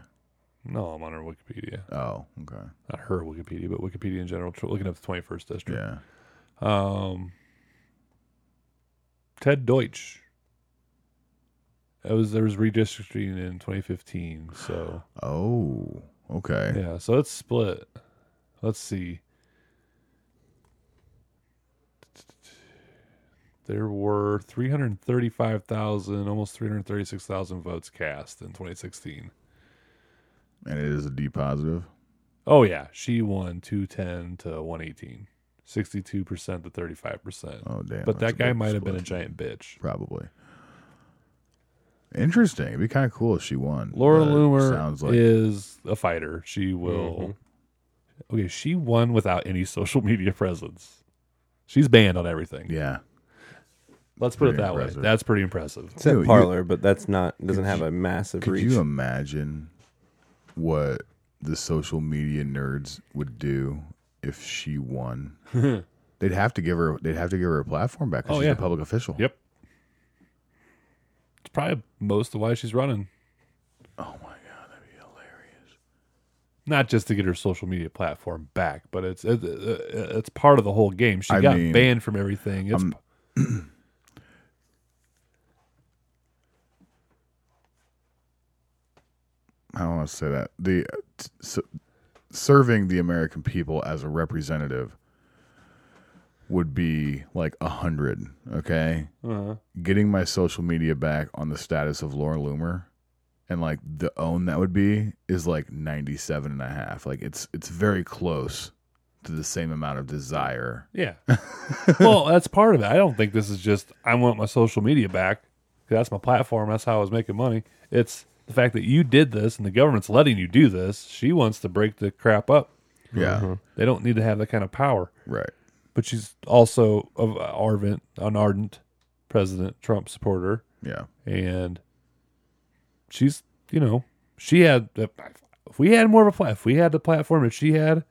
B: No, I'm on her Wikipedia.
D: Oh, okay.
B: Not her Wikipedia, but Wikipedia in general. tr- Looking up the 21st district.
D: Yeah.
B: Um, Ted Deutsch. It was there was redistricting in 2015. So
D: Oh, okay.
B: yeah, so it's split. Let's see. There were 335,000, almost 336,000 votes cast in 2016.
D: And it is a D positive.
B: Oh yeah, she won 210 to 118. 62% to 35%.
D: Oh, damn.
B: but
D: that's
B: that
D: a
B: guy
D: big
B: might have been a
D: split.
B: giant bitch.
D: Probably. Interesting. It'd be kind of cool if she won.
B: Laura
D: but it
B: Loomer
D: sounds like Mm-hmm.
B: is a fighter. She will. Okay, she won without any social media presence. She's banned on everything.
D: yeah.
B: Let's put it
D: pretty
B: that
D: impressive.
B: way. That's pretty impressive.
C: It's at
D: Dude, you-
C: parlor, but that's not doesn't have a massive
D: Could
C: reach.
D: you um, imagine what the social media nerds would do if she won? they'd have to give her. They'd have to give her a platform back. 'cause
B: Oh,
D: she's
B: yeah.
D: a public official.
B: Yep. It's probably most of why she's running.
D: Oh my god, that'd be hilarious.
B: Not just to get her social media platform back, but it's it, it- it's part of the whole game. She
D: I
B: got
D: mean,
B: banned from everything. It's,
D: I'm- I don't want to say that the uh, t- s- serving the American people as a representative would be like a hundred. Okay,
B: uh,
D: getting my social media back on the status of Laura Loomer and like the own that would be is like 97 and a half. Like it's it's very close to the same amount of desire.
B: yeah. well, that's part of it. I don't think this is just I want my social media back. 'cause That's my platform. That's how I was making money. It's the fact that you did this and the government's letting you do this. She wants to break the crap up.
D: Yeah.
B: They don't need to have that kind of power.
D: Right.
B: But she's also a- a ardent, an ardent President Trump supporter,
D: Yeah.
B: and she's you know she had if we had more of a platform, if we had the platform that she had,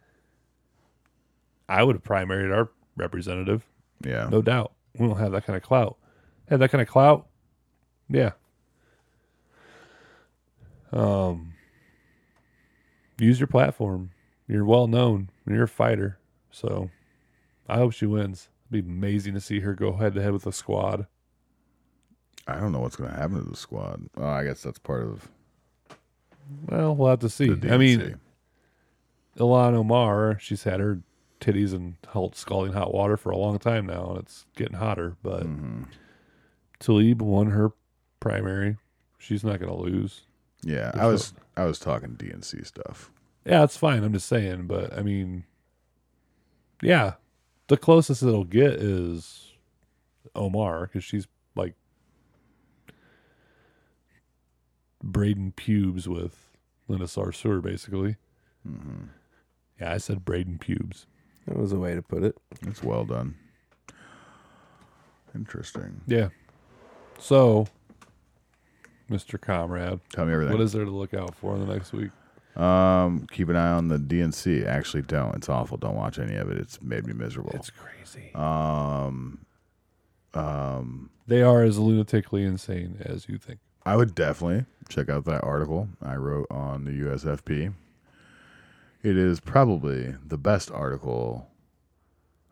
B: I would have primaried our representative.
D: Yeah.
B: No doubt. We don't have that kind of clout. Had that kind of clout? Yeah. Um use your platform. You're well known. and You're a fighter. So I hope she wins. It'd be amazing to see her go head to head with a squad.
D: I don't know what's going to happen to the squad. Oh, I guess that's part of
B: Well, we'll have to see.
D: the DNC.
B: I mean, Ilan Omar, she's had her titties and hot scalding hot water for a long time now, and it's getting hotter. But
D: Mhm.
B: Talib won her primary. She's not going to lose.
D: yeah,
B: there's
D: I was I was talking DNC stuff.
B: Yeah, it's fine. I'm just saying, but I mean, yeah, the closest it'll get is Omar because she's like braiding pubes with Linda Sarsour, basically.
D: hmm
B: Yeah, I said braiding pubes.
C: That was a way to put it.
D: It's well done. Interesting.
B: Yeah. So, Mr. Comrade,
D: Tell me everything.
B: what is there to look out for in the next week?
D: Um, keep an eye on the DNC. Actually, don't. It's awful. Don't watch any of it. It's made me miserable.
B: crazy.
D: um, um,
B: They are as lunatically insane as you think.
D: I would definitely check out that article I wrote on the USFP. It is probably the best article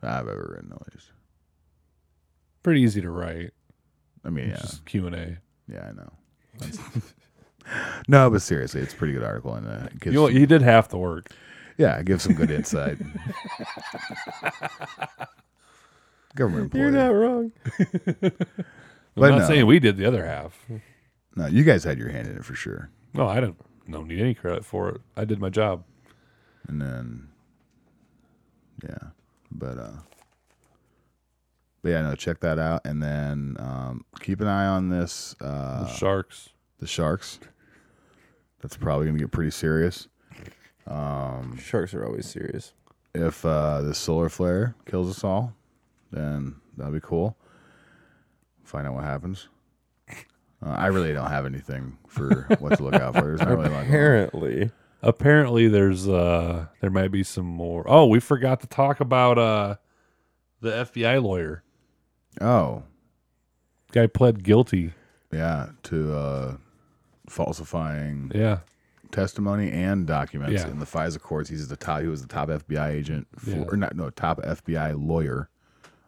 D: I've ever written. At least,
B: Pretty easy to write.
D: I mean, yeah,
B: It's just Q and A.
D: yeah, I know. no, but seriously, it's a pretty good article, and uh, it gives
B: You, know, you did half the work.
D: Yeah, give some good insight. Government employee.
B: wrong. I'm
D: But
B: not
D: no.
B: saying we did the other half.
D: no, you guys had your hand in it for sure.
B: No, I don't. No need any credit for it. I did my job.
D: And then, yeah, but uh, but yeah, no, check that out, and then um, keep an eye on this uh,
B: The sharks.
D: the sharks. That's probably gonna get pretty serious. Um,
C: Sharks are always serious.
D: if uh, the solar flare kills us all, then that'd be cool. Find out what happens. Uh, I really don't have anything for what to look out for. There's not really a lot going on.
C: Apparently,
B: Apparently, there's uh, there might be some more. Oh, we forgot to talk about uh, the FBI lawyer.
D: Oh,
B: Guy pled guilty.
D: yeah, to uh, falsifying
B: Yeah,
D: testimony and documents
B: Yeah.
D: in the FISA courts. He's the top. He was the top FBI agent for,
B: Yeah.
D: or not? No, top FBI lawyer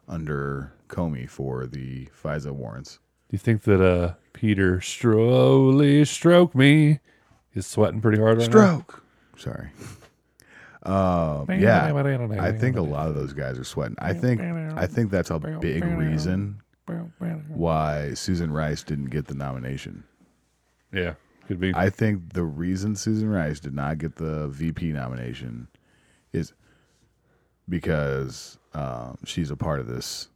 D: under Comey for the FISA warrants.
B: do you think that uh, Peter Stroley stroke me? He's sweating pretty hard right
D: Stroke. Sorry. Uh,
B: now.
D: yeah. I think a lot of those guys are sweating. I think I think that's a big reason why Susan Rice didn't get the nomination.
B: Yeah, could be.
D: I think the reason Susan Rice did not get the VP nomination is because um, she's a part of this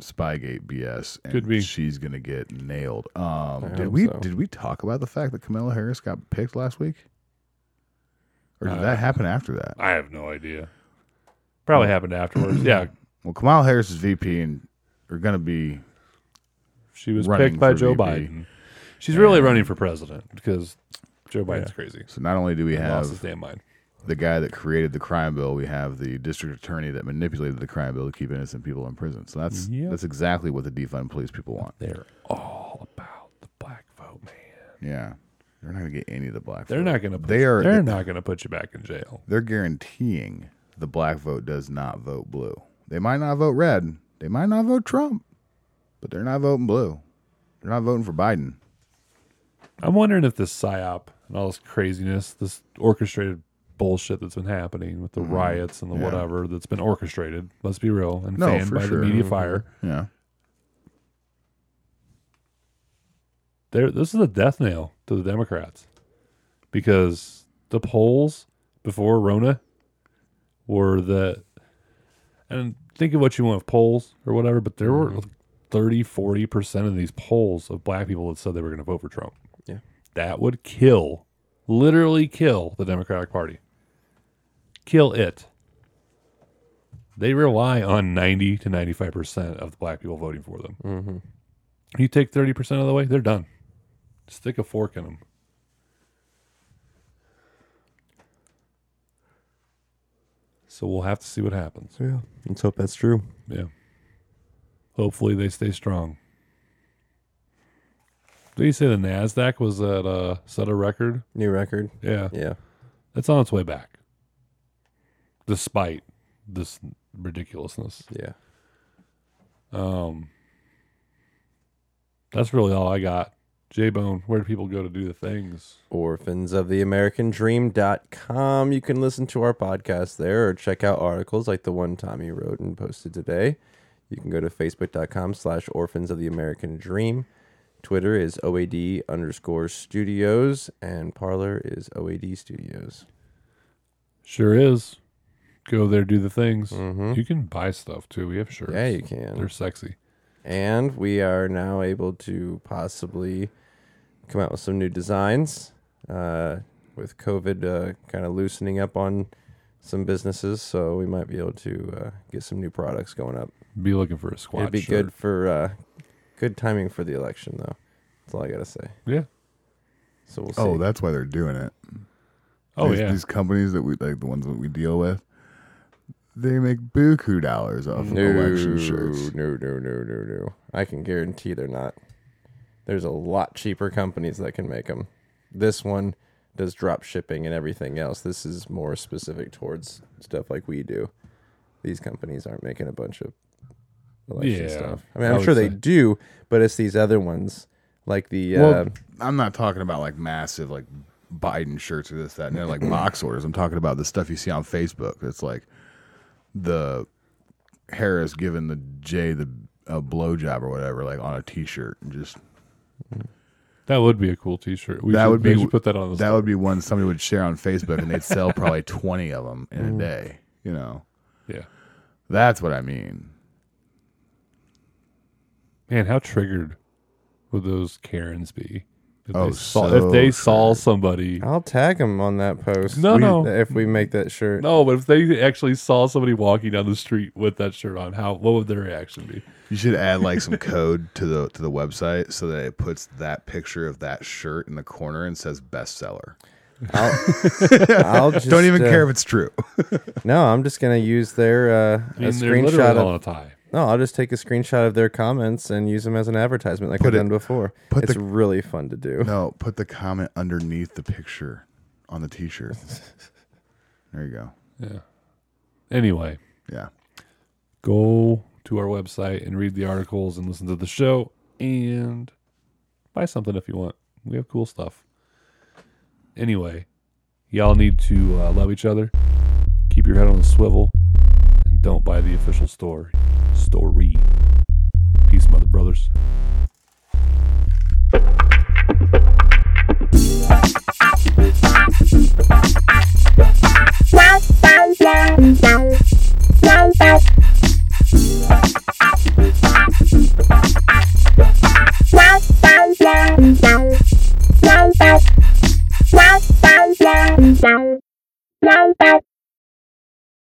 D: Spygate BS, and
B: Could be.
D: she's gonna get nailed. Um, did
C: hope
D: we
C: so.
D: did we talk about the fact that Camilla Harris got picked last week, or
B: Uh,
D: did that happen after that?
B: I have no idea. Probably happened afterwards. Yeah,
D: Well, Kamala Harris is VP, and are gonna be
B: she was
D: Running
B: picked by
D: for
B: Joe
D: VP.
B: Biden. She's really running for president because Joe Biden's crazy.
D: So not only do we
B: Lost his
D: have
B: damn mind.
D: the guy that created the crime bill, we have the district attorney that manipulated the crime bill to keep innocent people in prison. So that's
B: Yep.
D: that's exactly what the defund police people want.
B: They're all about the black vote, man.
D: Yeah, they're not going to get any of the black.
B: They're
D: vote.
B: not going to.
D: They are.
B: They're
D: They're,
B: not going to put you back in jail.
D: guaranteeing the black vote does not vote blue. They might not vote red. They might not vote Trump, but they're not voting blue. They're not voting for Biden.
B: I'm wondering if this psyop and all this craziness, this orchestrated bullshit that's been happening with the
D: Mm-hmm.
B: riots and the whatever that's been orchestrated. Let's be real and
D: No,
B: fanned
D: for
B: by
D: sure.
B: the media fire.
D: Yeah.
B: There, this is a death nail to the Democrats because the polls before Rona were that, and think of what you want of polls or whatever, but there were 30, 40% of these polls of black people that said they were going to vote for Trump.
C: Yeah.
B: That would kill, literally kill the Democratic Party. Kill it. They rely on 90 to 95% of the black people voting for them. You take 30% of the way, they're done. Stick a fork in them. So we'll have to see what happens.
C: yeah. Let's hope that's true.
B: Yeah. Hopefully they stay strong. Did you say the Nasdaq was at uh set a record?
C: New record.
B: Yeah,
C: Yeah.
B: it's on its way back. Despite this ridiculousness,
C: Yeah.
B: um, that's really all I got. J Bone, where do people go to do the things?
C: orphansoftheamericandream.com. You can listen to our podcast there or check out articles like the one Tommy wrote and posted today. You can go to facebook.com slash orphans of the American dream. Twitter is OAD underscore studios and parlor is OAD studios.
B: Sure is. Go there, do the things.
C: Mhm.
B: You can buy stuff too. We have shirts.
C: Yeah, you can.
B: They're sexy.
C: and we are now able to possibly come out with some new designs uh, with covid uh, kind of loosening up on some businesses so we might be able to uh, get some new products going up
B: Be looking for a squad.
C: it'd be
B: shirt.
C: good for uh, good timing for the election though that's all i gotta say
B: Yeah.
C: so we'll see
D: Oh, that's why they're doing it.
B: Oh
D: these,
B: yeah.
D: these companies that we like, the ones that we deal with, they make buku dollars off
C: no,
D: of election shirts.
C: no no no no no i can guarantee they're not there's a lot cheaper companies that can make them this one does drop shipping and everything else this is more specific towards stuff like we do these companies aren't making a bunch of election
B: Yeah,
C: stuff i mean
B: I
C: i'm
B: would
C: sure they
B: say.
C: do but it's these other ones like the uh,
D: Well, I'm not talking about like massive like Biden shirts or this that and they're like box orders. I'm talking about the stuff you see on Facebook. It's like the Harris giving the Jay the a blowjob or whatever, like on a T-shirt, and just
B: that would be a cool T-shirt. We
D: That
B: should,
D: would
B: they
D: be-
B: should put that on the.
D: that would be one somebody would share on Facebook, and they'd sell probably twenty of them in a day. You know,
B: yeah.
D: that's what I mean.
B: Man, how triggered would those Karens be If
D: Oh,
B: they saw,
D: so
B: if they
D: true.
B: saw somebody,
C: I'll tag him on that post.
B: No,
C: We-
B: no.
C: If we make that shirt.
B: no, but if they actually saw somebody walking down the street with that shirt on, how what would their reaction be?
D: You should add like some code to the to the website so that it puts that picture of that shirt in the corner and says bestseller.
C: I'll, I'll just,
D: Don't even
C: uh,
D: care if it's true.
C: No, I'm just gonna use their uh,
B: I mean,
C: a
B: they're literally
C: screenshot.
B: all
C: Of,
B: on a tie.
C: no, I'll just take a screenshot of their comments and use them as an advertisement, like
D: Put
C: I've
D: it-
C: done before.
D: put
C: It's
D: the-
C: really fun to do.
D: no, put the comment underneath the picture on the t-shirt. There you go.
B: Anyway,
D: Yeah.
B: go to our website and read the articles and listen to the show and buy something if you want. We have cool stuff. Anyway, y'all need to uh, love each other, keep your head on a swivel, and don't buy the official store. Story. Peace, mother brothers.
E: Wow, wow, wow, wow. Wow, wow. Wow, wow, wow, wow. Wow, wow. Wow, wow, wow, wow. Wow, wow.